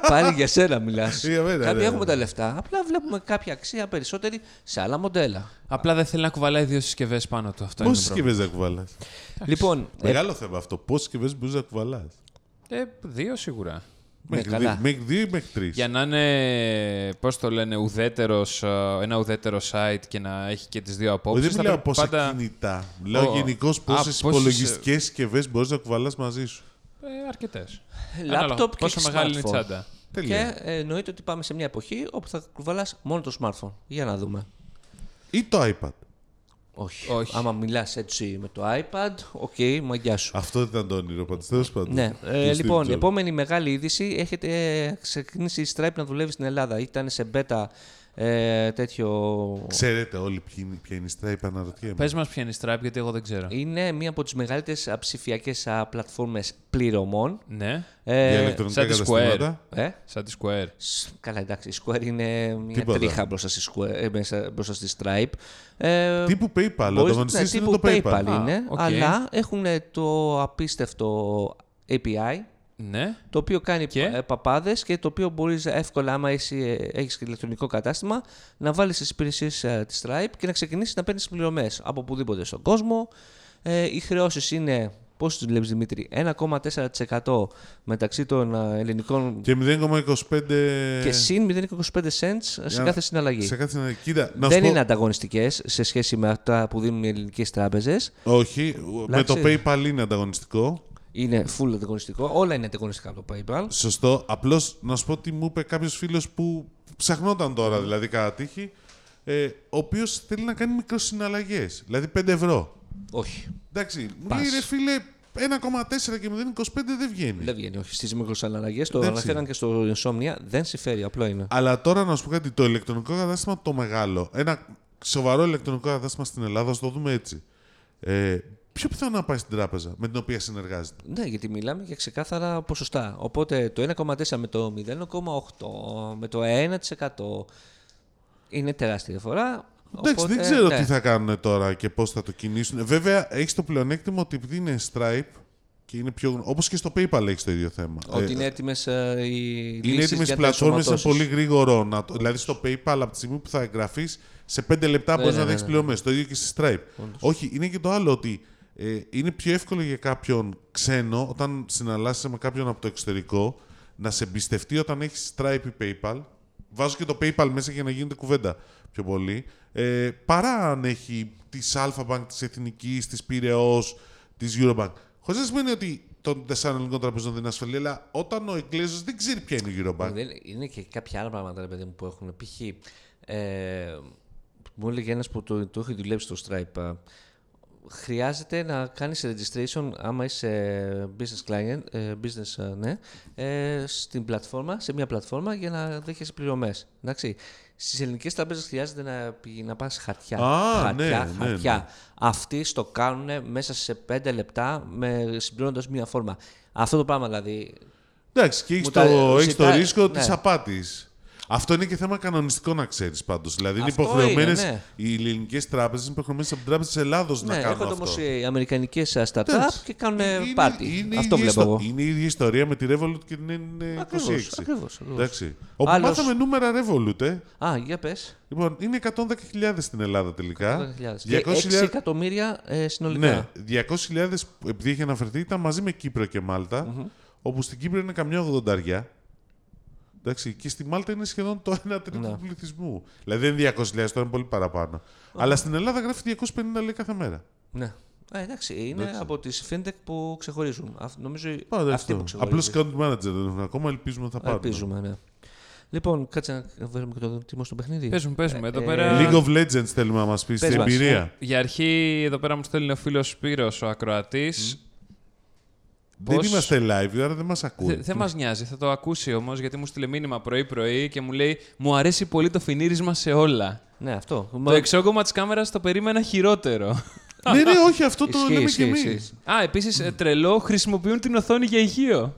πάλι για σένα μιλάς.
Για μένα,
Κάποιοι
ναι.
έχουμε τα λεφτά. Απλά βλέπουμε κάποια αξία περισσότερη σε άλλα μοντέλα.
Απλά δεν θέλει να κουβαλάει δύο συσκευές πάνω του. Αυτό
Πόσες
είναι το
συσκευές να κουβαλάς.
Λοιπόν, ε, Ναι,
Μεγάλο θέμα αυτό. Πόσες συσκευές μπορείς να κουβαλάς.
πρόβλημα. Ε, δύο σίγουρα.
Μέχρι
καλά.
δύ- μέχρι δύο ή μέχρι
Για
τρει.
να είναι, πώς το λένε, ουδέτερος, ε, ένα ουδέτερο site και να έχει και τις δύο απόψει.
Δηλαδή, Δεν μιλάω πόσα κινητά. Μιλάω
Ω.
γενικώς
Α, πόσες,
πόσες
ε,
υπολογιστικές συσκευές μπορείς να κουβαλάς μαζί σου.
Ε, Αρκετές.
λάπτοπ και
Πόσο μεγάλη είναι η
smartphone.
τσάντα.
Και
Τελεία.
ε, εννοείται ότι πάμε σε μια εποχή όπου θα κουβαλάς μόνο το smartphone. Για να δούμε.
Ή το iPad.
Όχι.
Όχι.
Άμα μιλάς έτσι με το iPad, οκ, μαγιά σου.
Αυτό ήταν το όνειρο πάντως. Τέλος πάντων.
Ναι.
Του
Ε,
Steve
λοιπόν,
Jobs.
επόμενη μεγάλη είδηση. Έχετε ε, ξεκινήσει η Stripe να δουλεύει στην Ελλάδα. Ήταν σε beta ε, τέτοιο.
Ξέρετε όλοι ποιοι είναι- ποια είναι η Stripe, αναρωτιέμαι.
Πες μας ποια είναι η Stripe, γιατί εγώ δεν ξέρω.
Είναι μία από τις μεγαλύτερες α, ψηφιακές α, πλατφόρμες πληρωμών.
Ναι.
Για
Ε,
ηλεκτρονικά
σαν τη Square.
καταστήματα.
ε,
Σαν τη Square.
σ- Καλά, εντάξει, η Square είναι μια
Τίποτα.
τρίχα μπροστά στη, Square, ε, μέσα- μπροστά στη Stripe. Ε,
Τύπου PayPal. Ο
Μπορείς-
ανταγωνιστής
ναι,
είναι
τύπου
το PayPal.
PayPal είναι,
οκ.
αλλά έχουν το απίστευτο API,
Ναι.
το οποίο κάνει
Και?
και? παπάδες και το οποίο μπορείς εύκολα, άμα είσαι, ε, έχεις και ηλεκτρονικό κατάστημα, να βάλεις τις υπηρεσίες ε, της Stripe και να ξεκινήσεις να παίρνεις πληρωμές από οπουδήποτε στον κόσμο. Ε, οι χρεώσεις είναι, πώς τις βλέπεις Δημήτρη, 1,4% μεταξύ των ε, ελληνικών και,
Και 0,25.
συν 0,25 cents σε
Για-
κάθε συναλλαγή.
Σε κάθε συναλλαγή. Κοίτα, να σου
Δεν
πω-
είναι ανταγωνιστικές σε σχέση με αυτά που δίνουν οι ελληνικές τράπεζες.
Όχι, με το
Εντάξει.
PayPal είναι ανταγωνιστικό.
Είναι full ανταγωνιστικό. Όλα είναι ανταγωνιστικά από το PayPal.
Σωστό. Απλώς να σου πω τι μου είπε κάποιος φίλος που ψαχνόταν τώρα, δηλαδή κατά τύχη, ε, ο οποίος θέλει να κάνει μικροσυναλλαγές. Δηλαδή 5 ευρώ.
Όχι.
Εντάξει, μου
Πας.
λέει ρε φίλε, 1,4 και 0,25 δεν βγαίνει.
Δεν βγαίνει. Όχι. Στις μικροαναλλαγέ το
Εντάξει.
αναφέραν και στο Insomnia. Δεν συμφέρει. Απλό είναι.
Αλλά τώρα να σου πω κάτι, το ηλεκτρονικό κατάστημα το μεγάλο. Ένα σοβαρό ηλεκτρονικό κατάστημα στην Ελλάδα, ας το δούμε έτσι. Ε, πιο πιθανό να πάει στην τράπεζα με την οποία συνεργάζεται.
Ναι, γιατί μιλάμε για ξεκάθαρα ποσοστά. Οπότε το 1,4 με το 0,8 με το 1% είναι τεράστια διαφορά.
Εντάξει,
Οπότε,
δεν ξέρω
ναι.
τι θα κάνουν τώρα και πώς θα το κινήσουν. Βέβαια, έχεις το πλεονέκτημα ότι επειδή είναι Stripe και είναι πιο. Όπως και στο PayPal έχεις το ίδιο θέμα.
Ότι είναι
ε,
έτοιμε οι
είναι
λύσεις
έτοιμες
για να
πλατφόρμε είναι
ενσωματώσεις.
πολύ γρήγορο. Να, το- δηλαδή στο PayPal από τη στιγμή που θα εγγραφείς, σε 5 λεπτά μπορείς
ναι,
να
ναι,
δέχει
ναι.
πληρωμές. Το ίδιο και στη Stripe. Όχι, είναι και το άλλο ότι ε, είναι πιο εύκολο για κάποιον ξένο όταν συναλλάσσεσαι με κάποιον από το εξωτερικό να σε εμπιστευτεί όταν έχεις Stripe ή PayPal. Βάζω και το PayPal μέσα για να γίνεται κουβέντα πιο πολύ. Ε, παρά αν έχει της Alphabank, της Εθνικής, της Πυραιός, της Eurobank. Χωρίς να σημαίνει ότι των τεσσάρων ελληνικών τραπεζών δεν είναι ασφαλή, αλλά όταν ο Εγγλέζο δεν ξέρει ποια είναι η Eurobank.
Δεν- Είναι και κάποια άλλα πράγματα, ρε παιδί μου, που έχουν. Π.χ. Ε, μου έλεγε ένας που το, το έχει δουλέψει στο Stripe. α, Χρειάζεται να κάνεις registration άμα είσαι business client, ε, business, ε, ναι, ε, στην πλατφόρμα, σε μια πλατφόρμα για να δέχεσαι πληρωμές. Στις ελληνικές τραπέζε χρειάζεται να, πη- να πας χαρτιά.
Α,
χαρτιά,
ναι, ναι,
χαρτιά.
ναι.
Αυτοί στο κάνουν μέσα σε 5 λεπτά με συμπληρώνοντας μια φόρμα. Αυτό το πράγμα δηλαδή
Εντάξει, και έχεις
Μου
το,
τα-
έχεις το
ζητάει-
ρίσκο
ναι.
της απάτης. Αυτό είναι και θέμα κανονιστικό να ξέρεις πάντως. Δηλαδή είναι
Αυτό
υποχρεωμένε.
είναι, ναι.
Οι ελληνικές τράπεζες είναι υποχρεωμένες από την Τράπεζα της Ελλάδος να
Ναι,
κάνουν
έρχονται όμω
αυτό.
οι αμερικανικές startup
Εντάξει.
και κάνουν
Είναι-
πάρτι.
είναι η
Αυτό
ίδια
βλέπω
ιστο-
εγώ.
Είναι η ίδια ιστορία με τη Revolut και την N26.
Ακριβώς, ακριβώς, ακριβώς.
Εντάξει. Όπου
Άλλος-
μάθαμε νούμερα Revolut, ε.
Α, για πες.
Λοιπόν, είναι 110.000 στην Ελλάδα τελικά.
200.000. Και 6
200.000
εκατομμύρια ε, συνολικά.
ναι, 200.000 που- επειδή είχε αναφερθεί ήταν μαζί με Κύπρο και μαλτα όπου στην Κύπρο είναι καμιά ογδονταριά. Εντάξει, και στη Μάλτα είναι σχεδόν το 1 τρίτο
Ναι.
του πληθυσμού. Δηλαδή δεν είναι 200.000, τώρα είναι πολύ παραπάνω. Αλλά στην Ελλάδα γράφει 250 λέει κάθε μέρα.
Ναι. Ε, εντάξει, είναι από τις fintech που ξεχωρίζουν. Αυ- νομίζω
Πάντα
αυτή που
αυτό.
ξεχωρίζει.
Απλώ account manager δεν έχουν ακόμα, ελπίζουμε θα πάρουν.
Ελπίζουμε, ναι. Λοιπόν, κάτσε να βρούμε και το τιμό στο παιχνίδι.
Παίζουμε, παίζουμε. Εδώ
ε,
πέρα.
League of Legends θέλουμε να μας πεις
Πες
την
μας, Ε,
εμπειρία.
Για αρχή, εδώ πέρα μου στέλνει ο φίλος Σπύρος ο ακροατής.
Δεν
Πώς-
είμαστε live, άρα δεν μας ακούει.
Δεν μας νοιάζει, θα το ακούσει όμως γιατί μου στείλε μήνυμα πρωί-πρωί και μου λέει Μου αρέσει πολύ το φινίρισμα σε όλα.
Ναι, αυτό.
Το εξόγκωμα της κάμερας το περίμενα χειρότερο.
ναι, ναι, όχι, αυτό το
Ισχύει,
λέμε
ισχύει,
και εμείς.
ισχύει.
Α, επίσης τρελό, χρησιμοποιούν την οθόνη για ηχείο.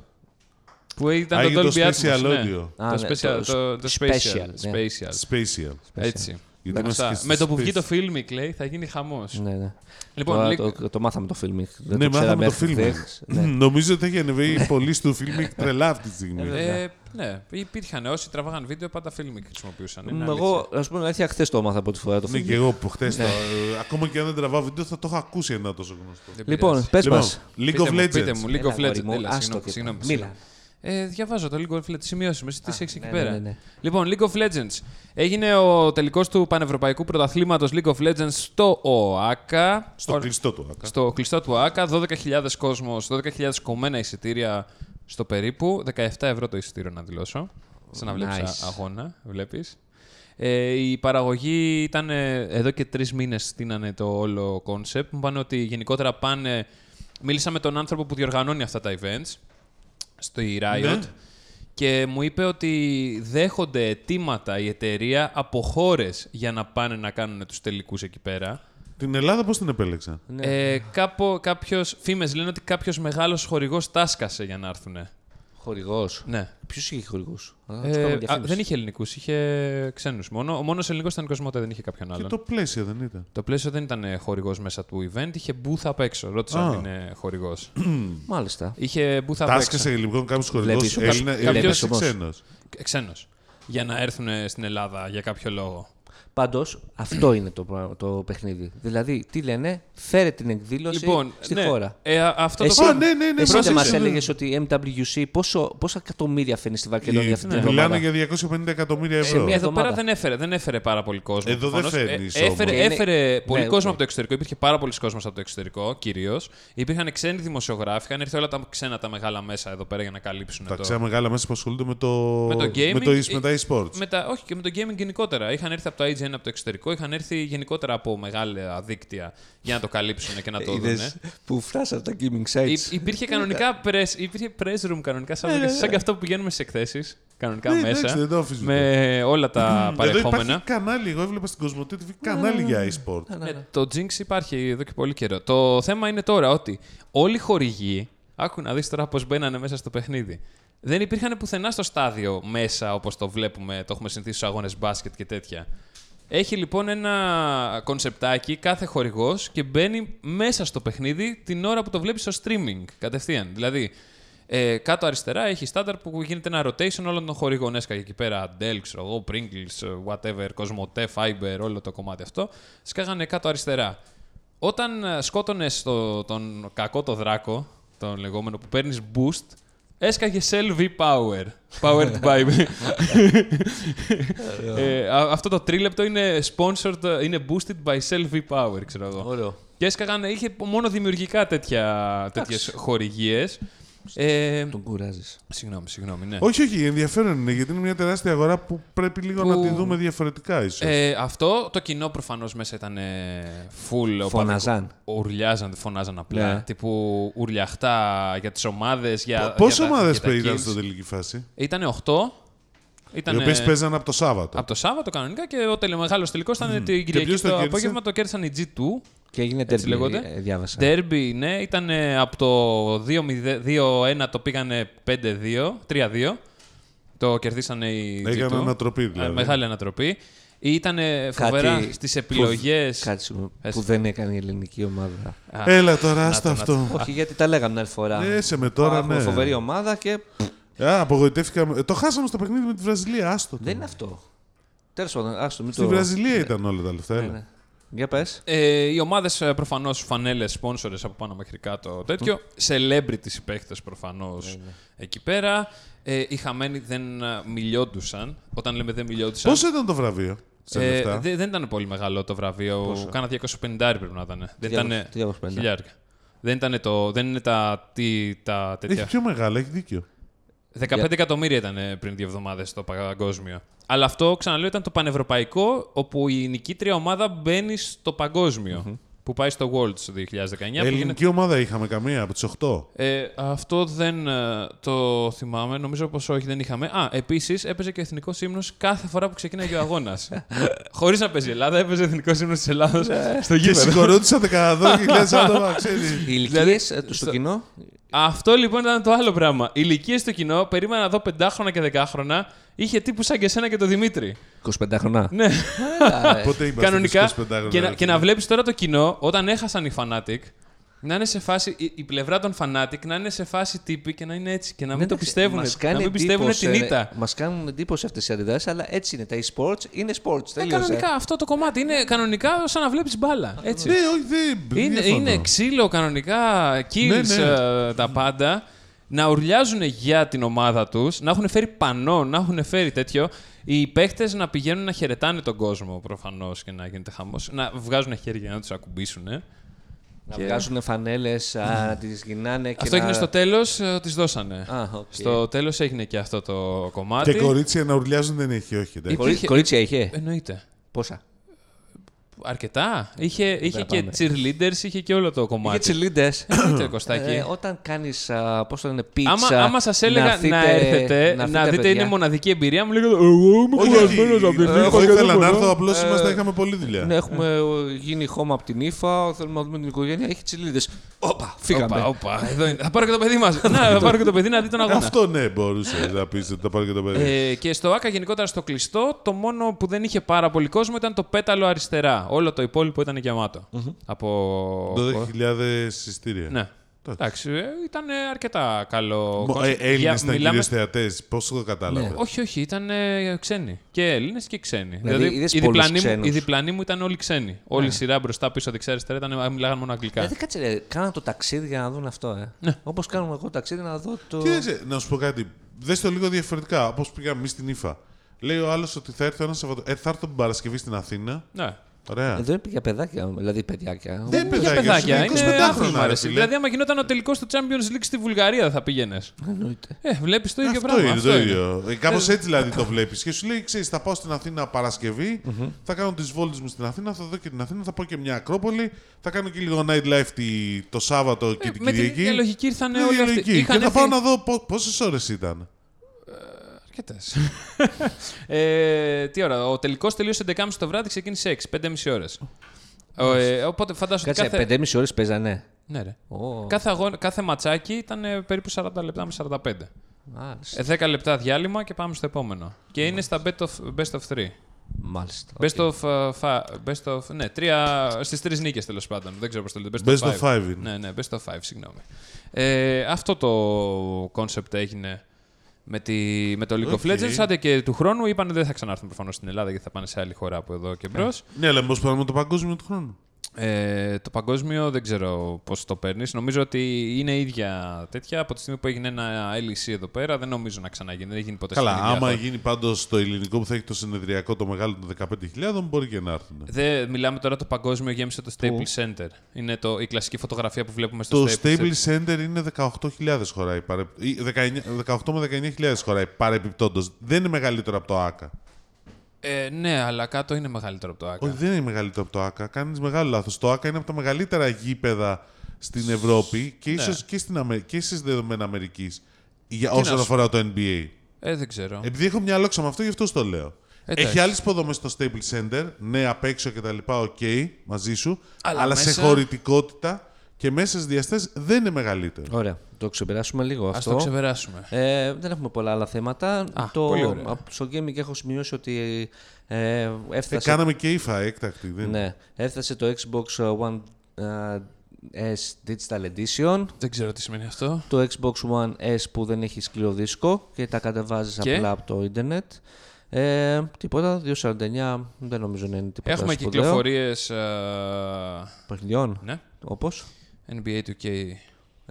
Που
Α,
ήταν
για
το
το
Dolby Atmos.
special
ναι.
audio.
Α,
Το
ναι,
special.
το
το- Το
special,
special.
ναι.
Special.
Spatial.
Έτσι.
Γιατί
Αυτά.
είμαστε και στο
Με το που βγει
space.
το film, Clay, θα γίνει χαμός.
Ναι, ναι.
Λοιπόν,
Τώρα
λίγο-
το, το, μάθαμε το filming. Δεν
Ναι,
το ξέραμε
μάθαμε το
μέχρι
film.
χθες. Ναι.
Νομίζω ότι έχει ανεβεί πολύ στο film τρελά αυτή τη στιγμή.
Ε, ναι, υπήρχαν όσοι τραβάγαν βίντεο, πάντα filmic χρησιμοποιούσαν. είναι αλήθεια.
Εγώ, ας πούμε, αλήθεια, χθες το έμαθα πρώτη φορά το
Ναι,
film.
και εγώ που χθες. Ακόμα και αν δεν τραβάω βίντεο, θα το είχα ακούσει ένα τόσο γνωστό.
Δεν
Λοιπόν,
πειράζει.
πες
Λοιπόν,
μας.
League
Πείτε
of Legends.
μου, Πείτε μου, League of
Έλα, αγόρι
Legends.
μου,
Έλα,
άστο
συγγνώμη,
και
συγγνώμη.
μίλα.
συγγνώμη. Ε, διαβάζω το League of Legends, σημειώσει με, τι έχει εκεί
ναι,
πέρα.
ναι, ναι.
Λοιπόν, League of Legends. Έγινε ο τελικός του Πανευρωπαϊκού Πρωταθλήματος League of Legends στο ΟΑΚΑ.
Στο
Ο-
κλειστό του άκα.
στο Λοιπόν, κλειστό του ΟΑΚΑ. 12.000 κόσμο, 12.000 κομμένα εισιτήρια στο περίπου. 17 ευρώ το εισιτήριο να δηλώσω. Σαν να βλέπεις
Nice.
αγώνα, βλέπεις. Ε, η παραγωγή ήταν ε, εδώ και τρεις μήνες στείνανε το όλο κόνσεπτ. Μου είπαν ότι γενικότερα πάνε. Μίλησα με τον άνθρωπο που διοργανώνει αυτά τα events στη Riot
Ναι.
και μου είπε ότι δέχονται αιτήματα η εταιρεία από χώρες για να πάνε να κάνουν τους τελικούς εκεί πέρα.
Την Ελλάδα πώς την επέλεξαν.
Ναι.
Ε, κάπο, κάποιος, φήμες λένε ότι κάποιος μεγάλος χορηγός τάσκασε για να έρθουν.
Χορηγός.
Ναι.
Ποιος είχε χορηγούς.
Ε, α, δεν είχε ελληνικούς, είχε ξένους μόνο. Ο μόνος ελληνικός ήταν η Κοσμοτέ, δεν είχε κάποιον
Και
άλλον. Το...
το πλαίσιο δεν ήταν.
πλαίσιο δεν ήταν ε, χορηγός μέσα του event, είχε booth απ' έξω. Ρώτησα
Α.
αν είναι χορηγός.
Μάλιστα.
είχε booth απ' έξω.
Τάσκασε λοιπόν κάποιος
Βλέπεις,
χορηγό
κάποιος-
Έλληνας Έλληνας
κάποιος
ή
όμως.
ξένο.
Ε, Ξένος. Για να έρθουν στην Ελλάδα για κάποιο λόγο.
Πάντως, αυτό είναι το, πράγμα- το παιχνίδι. Δηλαδή, τι λένε, φέρε την εκδήλωση στη
ναι,
χώρα.
Ε, α- αυτό
Εσύ,
το
Α, ναι, ναι, ναι,
εσύ δεν
πρόσεξε,
μα
ναι.
έλεγες ότι η MWC πόσο, πόσα εκατομμύρια φέρνει στη Βαρκελόνη αυτή την
Μιλάνε
εβδομάδα.
Ε, ναι, για 250 εκατομμύρια
Ε,
ευρώ.
μια-
Εδώ
εβδομάδα.
πέρα δεν έφερε, δεν έφερε πάρα πολύ κόσμο.
Εδώ δεν
προφανώς.
φέρνεις
Ε, έφερε
όμως.
έφερε
Είναι-
πολύ
ναι,
κόσμο
οκ.
από το εξωτερικό. Υπήρχε πάρα πολλοί κόσμος από το εξωτερικό κυρίως. Υπήρχαν ξένοι δημοσιογράφοι. Είχαν έρθει όλα τα ξένα τα μεγάλα μέσα εδώ πέρα για να καλύψουν
Τα
το.
ξένα μεγάλα μέσα που ασχολούνται με το.
Με το gaming.
με το e- με τα e-sports.
Με τα, όχι, και με το gaming γενικότερα. Είχαν έρθει από το IGN από το εξωτερικό. Είχαν έρθει γενικότερα από μεγάλα δίκτυα για να το καλύψουν και να το δουν.
Είδες που φράσαν τα gaming sites.
Υπήρχε κανονικά press, υπήρχε press room κανονικά
Ναι,
σαν, σαν και αυτό που πηγαίνουμε στι εκθέσεις. Κανονικά
Ναι, εντάξει,
μέσα.
δεν το αφήσουμε.
με όλα τα
Εδώ
παρεχόμενα.
υπάρχει κανάλι. Εγώ έβλεπα στην Κοσμοτέ TV κανάλι για e-sport.
Ναι, ναι.
Ναι, το Jinx υπάρχει εδώ και πολύ καιρό. Το θέμα είναι τώρα ότι όλοι οι χορηγοί. Άκου να δεις τώρα πώς μπαίνανε μέσα στο παιχνίδι. Δεν υπήρχαν πουθενά στο στάδιο μέσα όπως το βλέπουμε, το έχουμε συνηθίσει στους αγώνες μπάσκετ και τέτοια. Έχει λοιπόν ένα κονσεπτάκι κάθε χορηγός και μπαίνει μέσα στο παιχνίδι την ώρα που το βλέπεις στο streaming κατευθείαν. Δηλαδή, ε, κάτω αριστερά έχει στάνταρ που γίνεται ένα rotation όλων των χορηγών. Έσκαγε εκεί πέρα Dell, ξέρω εγώ, Pringles, ε, whatever, Cosmote, Fiber, όλο το κομμάτι αυτό. Σκάγανε κάτω αριστερά. Όταν σκότωνες τον κακό το δράκο, τον λεγόμενο που παίρνεις boost, έσκαγε Cell V Power. Powered by. ε, α- αυτό το τρίλεπτο είναι sponsored, ε, είναι boosted by Cell V Power, ξέρω εγώ.
Ωραίο.
Και έσκαγαν, είχε μόνο δημιουργικά τέτοια, τέτοιες χορηγίες. Ε,
Τον κουράζεις.
συγγνώμη, συγγνώμη, ναι.
Όχι, όχι, ενδιαφέρον είναι γιατί είναι μια τεράστια αγορά που πρέπει λίγο
Που-
να τη δούμε διαφορετικά, ίσως.
Ε, αυτό το κοινό προφανώς μέσα ήταν ε, full. οπαδικό.
Φωναζάν.
Ουρλιάζαν, δεν φωνάζαν απλά.
Ναι.
Τύπου ουρλιαχτά για τις ομάδες, για,
Πόσε
Ε, για τα-
ομάδες
για τα
ήταν
kills.
στην τελική φάση,
Ήτανε 8. Ήταν
οι οποίες παίζανε από το Σάββατο.
από το Σάββατο κανονικά και ο τελε- μεγάλος τελικός ήταν την Κυριακή
ποιος το
το
κέρδισε?
απόγευμα. Το κέρδισαν οι G2.
Και έγινε
Έτσι
τέρμι,
λέγονται.
ε, διάβασα.
Ντέρμπι, ναι, ήταν από το 2-0 2-1 το πήγανε 5-2, 3-2. Το Το κερδίσανε οι G2.
Έκανε ανατροπή, δηλαδή.
Ε, Μεγάλη ανατροπή. Ήταν φοβερά στις επιλογές.
Που, κάτι συγγνώμη,
Πες.
που δεν έκανε η ελληνική ομάδα.
Α,
Έλα τώρα, άστα
να το-
αυτό.
Όχι, γιατί τα λέγαμε την άλλη φορά.
Ναι, σε με τώρα,
Έχουμε
ναι.
φοβερή ομάδα και
Α, απογοητεύτηκαμε. Ε, Το χάσαμε στο παιχνίδι με τη Βραζιλία, άστο. το.
δεν είναι αυτό. Τέλος πάντων, άστο, μην
Στη
το.
Βραζιλία ήταν όλα τα λεφτά.
Ναι,
έλα.
ναι. Για πες.
Ε, οι ομάδες προφανώς φανέλες, sponsors από πάνω μέχρι κάτω τέτοιο. Celebrities οι παίχτες προφανώς
Ναι,
εκεί πέρα. Ε, οι χαμένοι δεν ε, μιλιόντουσαν. Όταν λέμε δεν μιλιόντουσαν.
Πόσο ήταν το βραβείο σε
ε,
λεφτά.
δε- δεν ήταν πολύ μεγάλο το βραβείο. Κάνα 250 πρέπει να ήταν. Δεν ήταν.
350.
Χιλιάρικα. Δεν ήταν το. Δεν είναι τα. Τι, τα τέτοια.
Έχει πιο μεγάλα, έχει δίκιο.
15 εκατομμύρια ήταν ε, πριν δύο εβδομάδες το παγκόσμιο. Αλλά αυτό, ξαναλέω, ήταν το πανευρωπαϊκό, όπου η νικήτρια ομάδα μπαίνει στο παγκοσμιο Που πάει στο Worlds 2019. που γίνεται-
Ελληνική ομάδα είχαμε καμία από τις 8.
Ε, αυτό δεν ε, το θυμάμαι. Νομίζω πως όχι, δεν είχαμε. Α, επίσης έπαιζε και ο εθνικός ύμνος κάθε φορά που ξεκίναγε ο αγώνας. Χωρίς να παίζει η Ελλάδα, έπαιζε ο εθνικός ύμνος της Ελλάδα στο
Και
γήπεδο.
συγχωρούντουσαν 12.000 άτομα, ξέρεις.
Οι
Δηλαδή,
ηλικίε στο κοινό.
Αυτό λοιπόν ήταν το άλλο πράγμα. Ηλικίες στο κοινό, περίμενα να δω 5χρονα και 10χρονα, είχε τύπου σαν και εσένα και το Δημήτρη.
25 χρονά.
Ναι.
Πότε είμαστε
Κανονικά.
στις 25
Και να,
ρε
και
φίλε.
να βλέπεις τώρα το κοινό, όταν έχασαν οι Fanatic, να είναι σε φάση, η, η πλευρά των Fanatic να είναι σε φάση τύποι και να είναι έτσι.
Ναι,
Και να μην το πιστεύουν. Να μην πιστεύουν την ήττα.
Μας κάνουν εντύπωση αυτές οι αντιδράσεις, αλλά έτσι είναι. Τα e-sports είναι sports.
Ε,
Τελείωσε.
κανονικά αυτό το κομμάτι είναι κανονικά σαν να βλέπεις μπάλα. Έτσι.
Ναι, όχι, δεν.
είναι,
διαφωνώ.
είναι ξύλο κανονικά, kills
Ναι, ναι.
ε, τα πάντα. Να ουρλιάζουν για την ομάδα τους, να έχουν φέρει πανό, να έχουν φέρει τέτοιο. Οι παίχτε να πηγαίνουν να χαιρετάνε τον κόσμο προφανώς και να γίνεται χαμός. Να βγάζουν χέρια για να τους ακουμπήσουν.
Να βγάζουν φανέλε, να τις γυρνάνε και.
Αυτό
να-
έγινε στο τέλος, τις δώσανε.
Α, οκ.
Στο τέλος έγινε και αυτό το κομμάτι.
Και κορίτσια να ουρλιάζουν δεν έχει, όχι. εντάξει.
Κορί-
Υπήρχε- Ε,
Κορίτσια είχε.
Εννοείται.
Πόσα.
Αρκετά. Είχε, είχε
τα
και
πάμε.
cheerleaders, είχε και όλο
Είχε
το
Ε,
κομμάτι.
τσιλίντε.
Εννοείται, Κωστάκη.
όταν κάνεις, πώς το λένε, πίτσα.
Άμα, άμα σας έλεγα να,
έρθετε-
έρθετε, να, δείτε,
παιδιά.
είναι μοναδική εμπειρία, μου λέγατε Εγώ είμαι
Όχι,
κουρασμένος από την
Εγώ
Νίκο και
ήθελα
δεν
να έρθω,
μπορώ».
απλώ ήμασταν, είχαμε πολλή δουλειά.
Ναι, έχουμε ε, γίνει χώμα από την ύφα, θέλουμε να δούμε την οικογένεια, έχει τσιλίδε. Όπα, φύγαμε.
Όπα, όπα, εδώ είναι. Θα πάρω και το παιδί μας. να, θα πάρω και το παιδί να δει τον αγώνα.
Αυτό ναι, μπορούσε να πεις ότι τα πάρει και το παιδί.
Ε, και στο ΑΚΑ γενικότερα στο κλειστό, το μόνο που δεν είχε πάρα πολύ κόσμο ήταν το πέταλο αριστερά. Όλο το υπόλοιπο ήταν γεμάτο. Από.
12.000 συστήρια.
Ναι. Εντάξει, ε, ήταν ε, αρκετά καλό. concept.
Έλληνες
Για-
ήταν
μιλάμε- Ναι,
κυρίω θεατές. Πώς το κατάλαβες.
Όχι, όχι, ήταν ε, ξένοι. Και Έλληνες και ξένοι.
Δηλαδή, είδες
οι,
πολλούς
διπλανοί μου,
ξένους. Ναι.
οι διπλανοί μου ήταν όλοι ξένοι. Όλη η σειρά μπροστά, πίσω, δεξιά, αριστερά ήταν, α, μιλάγαν μόνο αγγλικά.
Δηλαδή κάτσε, ρε, κάναν το ταξίδι για να δουν αυτό, ε. Ναι. Όπως κάνουμε εγώ ταξίδι να δω το.
Κοίταξε, να σου πω κάτι. Δες το λίγο διαφορετικά. Όπως πήγαμε εμείς στην ύφα. Λέει ο άλλος ότι θα έρθω ένας Σαββατο... ε, θα έρθω την Παρασκευή στην Αθήνα.
Ναι.
Ωραία.
Εδώ είναι για Ε, παιδάκια, δηλαδή παιδιάκια.
Δεν
Για
παιδάκια,
παιδάκια,
σου λέει
είναι
25
άθροισμα,
ρε
ρε,
φίλε.
Δηλαδή, άμα γινόταν ο τελικός του Champions League στη Βουλγαρία, θα πήγαινες.
Εννοείται.
Ε, βλέπεις το ίδιο
Αυτό
πράγμα.
είναι
αυτό
το
είναι.
ίδιο. Κάπω έτσι δηλαδή το βλέπεις. Και σου λέει: Ξέρεις, θα πάω στην Αθήνα Παρασκευή, θα κάνω τις βόλτες μου στην Αθήνα, θα δω και την Αθήνα, θα πάω και μια Ακρόπολη, θα κάνω και λίγο nightlife τη- το Σάββατο και
Ε,
την
με την
Κυριακή.
ίδια λογική ήρθαν
Με την
όλοι
ίδια
αυτοί.
λογική.
Είχαν
Και θα πάω
έρθει-
να δω πόσες ώρες ήταν.
Αρκετές. ε, τι ώρα. Ο τελικός τελείωσε 11.30 το βράδυ, ξεκίνησε 6, 5,5 ώρε. Ε, οπότε φαντάζομαι ότι
Κάτσε,
κάθε...
5,5 ώρες παίζανε.
Ναι, ρε.
Ω,
Κάθε, αγώνα- κάθε ματσάκι ήταν ε, περίπου 40 λεπτά με 45.
μάλιστα.
Ε, 10 λεπτά διάλειμμα και πάμε στο επόμενο. Και είναι στα best of, best of 3.
Μάλιστα.
Best of, ε, fa- best of, ναι, τρία, στις τρεις νίκες τέλος πάντων. Δεν ξέρω πώς το λέτε. Best,
Best of five είναι.
Ναι, ναι, best of five, συγγνώμη. Ε, αυτό το concept έγινε με, τη, με το League
Οκ.
of Legends. Άντε και του χρόνου είπαν ότι δεν θα ξανάρθουν προφανώς στην Ελλάδα γιατί θα πάνε σε άλλη χώρα από εδώ και μπρος.
Ναι, αλλά πώ πάμε το παγκόσμιο του χρόνου.
Ε, το παγκόσμιο δεν ξέρω πώς το παίρνεις. Νομίζω ότι είναι ίδια τέτοια. Από τη στιγμή που έγινε ένα LEC εδώ πέρα, δεν νομίζω να ξαναγίνει. Δεν έχει γίνει ποτέ
Καλά,
στην ίδια
άμα
χώρα.
γίνει πάντως το ελληνικό που θα έχει το συνεδριακό το μεγάλο των 15.000, μπορεί και να έρθουν.
Δεν μιλάμε τώρα το παγκόσμιο γέμισε το Staples Center. Είναι το, η κλασική φωτογραφία που βλέπουμε στο
Το
Staples
Stable Center είναι 18.000 χωράει. παρε- ή 19 18 με 19.000 χωράει παρεπιπτόντως. Δεν είναι μεγαλύτερο από το ΑΚΑ.
Ε, ναι, αλλά κάτω είναι μεγαλύτερο από το ΑΚΑ.
Όχι, δεν είναι μεγαλύτερο από το ΑΚΑ. Κάνεις μεγάλο λάθος. Το ΑΚΑ είναι από τα μεγαλύτερα γήπεδα στην Ευρώπη
Ναι.
και ίσως και, στην Αμε... και στις δεδομένα Αμερικής όσον
να σου-
αφορά το NBA.
Ε, δεν ξέρω.
Επειδή έχω μια λόξα με αυτό, γι' αυτό σου το λέω.
Εντάξει.
Έχει άλλες υποδομές στο Stable Center, ναι, απ' έξω και τα λοιπά, οκ, μαζί σου. Αλλά,
Αλλά
σε
μέσα-
χωρητικότητα και μέσα στις διαστάσεις δεν είναι μεγαλύτερο.
Ωραία. Το ξεπεράσουμε λίγο
Ας
αυτό.
το ξεπεράσουμε.
Ε, δεν έχουμε πολλά άλλα θέματα.
Α,
το,
πολύ ωραία.
απ- Στο gaming έχω σημειώσει ότι ε,
Ε,
έφτασε,
κάναμε και ύφα έκτακτη. Δεν...
ναι, έφτασε το Xbox One ε, S Digital Edition.
Δεν ξέρω τι σημαίνει αυτό.
Το Xbox One S που δεν έχει σκληρό δίσκο και τα κατεβάζεις
Και?
απλά από το ίντερνετ. Ε, τίποτα, 2.49 δεν νομίζω να είναι τίποτα
Έχουμε
σπουδαίο.
κυκλοφορίες.
Παιχνιδιών,
Ναι.
όπως
NBA 2K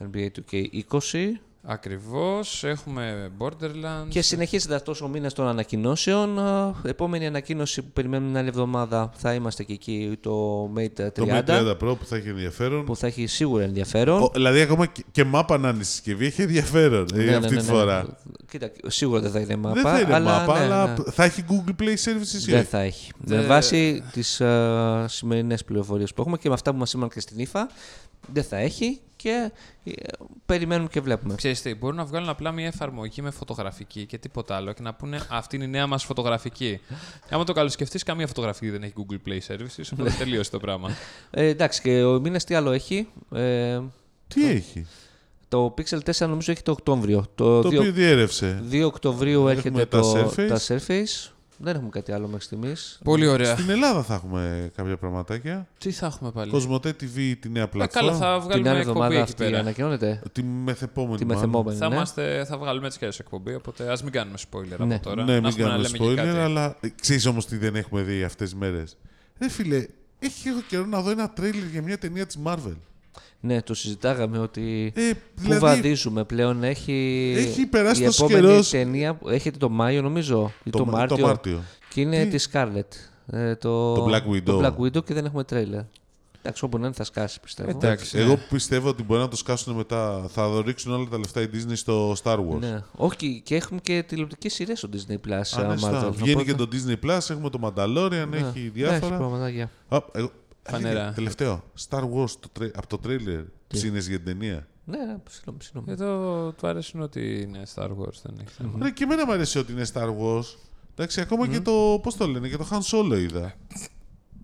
NBA 2K20.
Ακριβώς. Έχουμε Borderlands.
Και συνεχίζεται αυτός ο μήνας των ανακοινώσεων. Ε, Επόμενη ανακοίνωση που περιμένουμε την άλλη εβδομάδα θα είμαστε και εκεί το Mate 30,
Το Mate 30 Pro που θα έχει ενδιαφέρον.
που θα έχει σίγουρα ενδιαφέρον.
Ο- δηλαδή, ακόμα και, και μάπα να είναι στη συσκευή έχει ενδιαφέρον ε,
Ναι, ναι,
αυτή
ναι,
τη
ναι.
φορά.
Κοίτα, σίγουρα δεν θα είναι μάπα.
Δεν θα είναι
αλλά,
μάπα,
ναι,
αλλά
ναι.
θα έχει Google Play Services.
Δεν θα έχει. Με
Ναι,
Δεν-
βάση τις σημερινές πληροφορίες που έχουμε και με αυτά που μας είπαν και στην ΙΦΑ, δεν θα έχει και ε, περιμένουμε και βλέπουμε.
Ξέρεις τι, μπορούν να βγάλουν απλά μια εφαρμογή με φωτογραφική και τίποτα άλλο και να πούνε αυτή είναι η νέα μας φωτογραφική. Άμα το καλοσκεφτείς, καμία φωτογραφική δεν έχει Google Play Services, οπότε
Ναι.
τελείωσε το πράγμα.
Ε, εντάξει, και ο μήνα τι άλλο έχει. Ε,
Τι έχει.
το Pixel 4 νομίζω έχει το Οκτώβριο. Το,
Το
2,
οποίο διέρευσε.
2 Οκτωβρίου έρχεται
τα
το,
Surface.
τα Surface. Δεν έχουμε κάτι άλλο μέχρι στιγμής.
Πολύ ωραία.
Στην Ελλάδα θα έχουμε κάποια πραγματάκια.
Τι θα έχουμε
Ε,
πάλι.
Κοσμοτέ TV, τη νέα
Ε, καλά,
πλατφόρμα.
θα
Την άλλη
βγάλουμε εκπομπή
εβδομάδα
εκεί
αυτή
πέρα.
ανακοινώνεται.
Τη μεθεπόμενη.
Τη
μάλλον.
μεθεμόμενη.
Θα,
ναι.
είμαστε, θα βγάλουμε έτσι και άλλες εκπομπή, οπότε ας μην κάνουμε spoiler από
Ναι.
τώρα.
Ναι,
Να
μην
έχουμε να
κάνουμε
λέμε και
spoiler,
κάτι.
αλλά ξέρεις όμως τι δεν έχουμε δει αυτές τις μέρες. Ρε Ε, φίλε, έχει λίγο καιρό να δω ένα τρέιλερ για μια ταινία της Marvel.
Ναι, το συζητάγαμε ότι.
Ε,
Πού
δηλαδή,
βαδίζουμε πλέον, έχει,
Έχει περάσει
η
τόσος
επόμενη
καιρός.
ταινία, που έχετε το Μάιο νομίζω ή το, Μάρτιο,
το Μάρτιο.
και είναι
Τι?
τη Scarlet. Ε, το,
Το Black Widow.
το Black Widow και δεν έχουμε τρέιλερ. Εντάξει, όπου να είναι θα σκάσει πιστεύω.
Εντάξει,
Εγώ πιστεύω ότι μπορεί να το σκάσουν μετά. Θα δωρήξουν όλα τα λεφτά η Disney στο Star Wars.
Ναι. Όχι, και έχουμε και τηλεοπτικές σειρές στο Disney Plus.
Αν
α,
αισθά.
Marvel,
ναι, Βγαίνει
οπότε-
και το Disney Plus, έχουμε το Mandalorian,
Ναι.
έχει
Ναι, έχει
διάφορα.
πραγματάκια.
Α, εγώ-
Φανερά.
Αλήθεια, Τελευταίο. Star Wars το τρέ... από το τρέιλερ. Ψήνε για την ταινία.
Ναι, ναι, συγγνώμη, συγγνώμη.
Εδώ του αρέσουν ότι είναι Star Wars, δεν έχει θέμα.
Ναι.
Ρε, και εμένα μου αρέσει ότι είναι Star Wars. Εντάξει, ακόμα και το. Πώς το λένε, και το Han Solo
Ε,
είδα.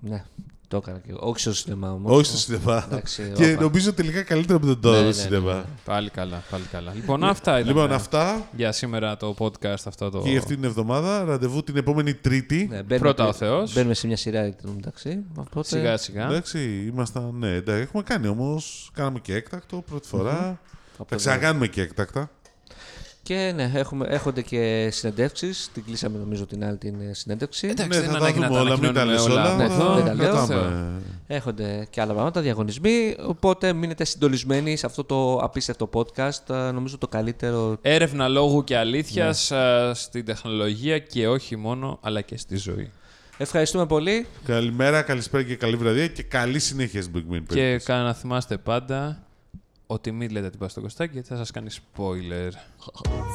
Ναι, το έκανα και εγώ. Όχι στο σινεμά όμως.
Όχι στο σινεμά.
Εντάξει,
και
όπα.
νομίζω τελικά καλύτερα από τον τώρα
Ναι,
το
ναι,
σινεμά.
Πάλι καλά, πάλι καλά. Λοιπόν, αυτά ήταν
Λοιπόν, αυτά
για σήμερα το podcast αυτό το...
και για αυτή την εβδομάδα. Ραντεβού την επόμενη Τρίτη.
Ναι, μπαίνουμε
Πρώτα
και-
ο Θεός.
Μπαίνουμε σε μια σειρά εν τω μεταξύ. Οπότε...
Σιγά
Ναι.
σιγά.
Εντάξει, ήμασταν. Ναι, εντάξει, έχουμε κάνει όμως. Κάναμε και έκτακτο πρώτη φορά.
Από
Θα
εδώ.
ξανακάνουμε και έκτακτα.
Και ναι, έχουμε, έχονται και συνεντεύξεις. Την κλείσαμε νομίζω την άλλη την ε, συνέντευξη.
Εντάξει,
ναι,
δεν
θα τα
ανάγκη να
δούμε
τα
όλα. Μην τα λε
ανακοινώνουμε
όλα.
Ναι,
θα
όλα.
δεν τα λέω.
κρατάμε.
Έχονται και άλλα πράγματα, διαγωνισμοί. Οπότε μείνετε συντονισμένοι σε αυτό το απίστευτο podcast. ε, Νομίζω το καλύτερο.
Έρευνα λόγου και αλήθειας στην τεχνολογία και όχι μόνο, αλλά και στη ζωή.
Ευχαριστούμε πολύ.
Καλημέρα, καλησπέρα και καλή βραδιά και καλή συνέχεια στην Big Min.
Και κα- να θυμάστε πάντα ότι μην λέτε την πας στο κοστάκι γιατί θα σας κάνει spoiler.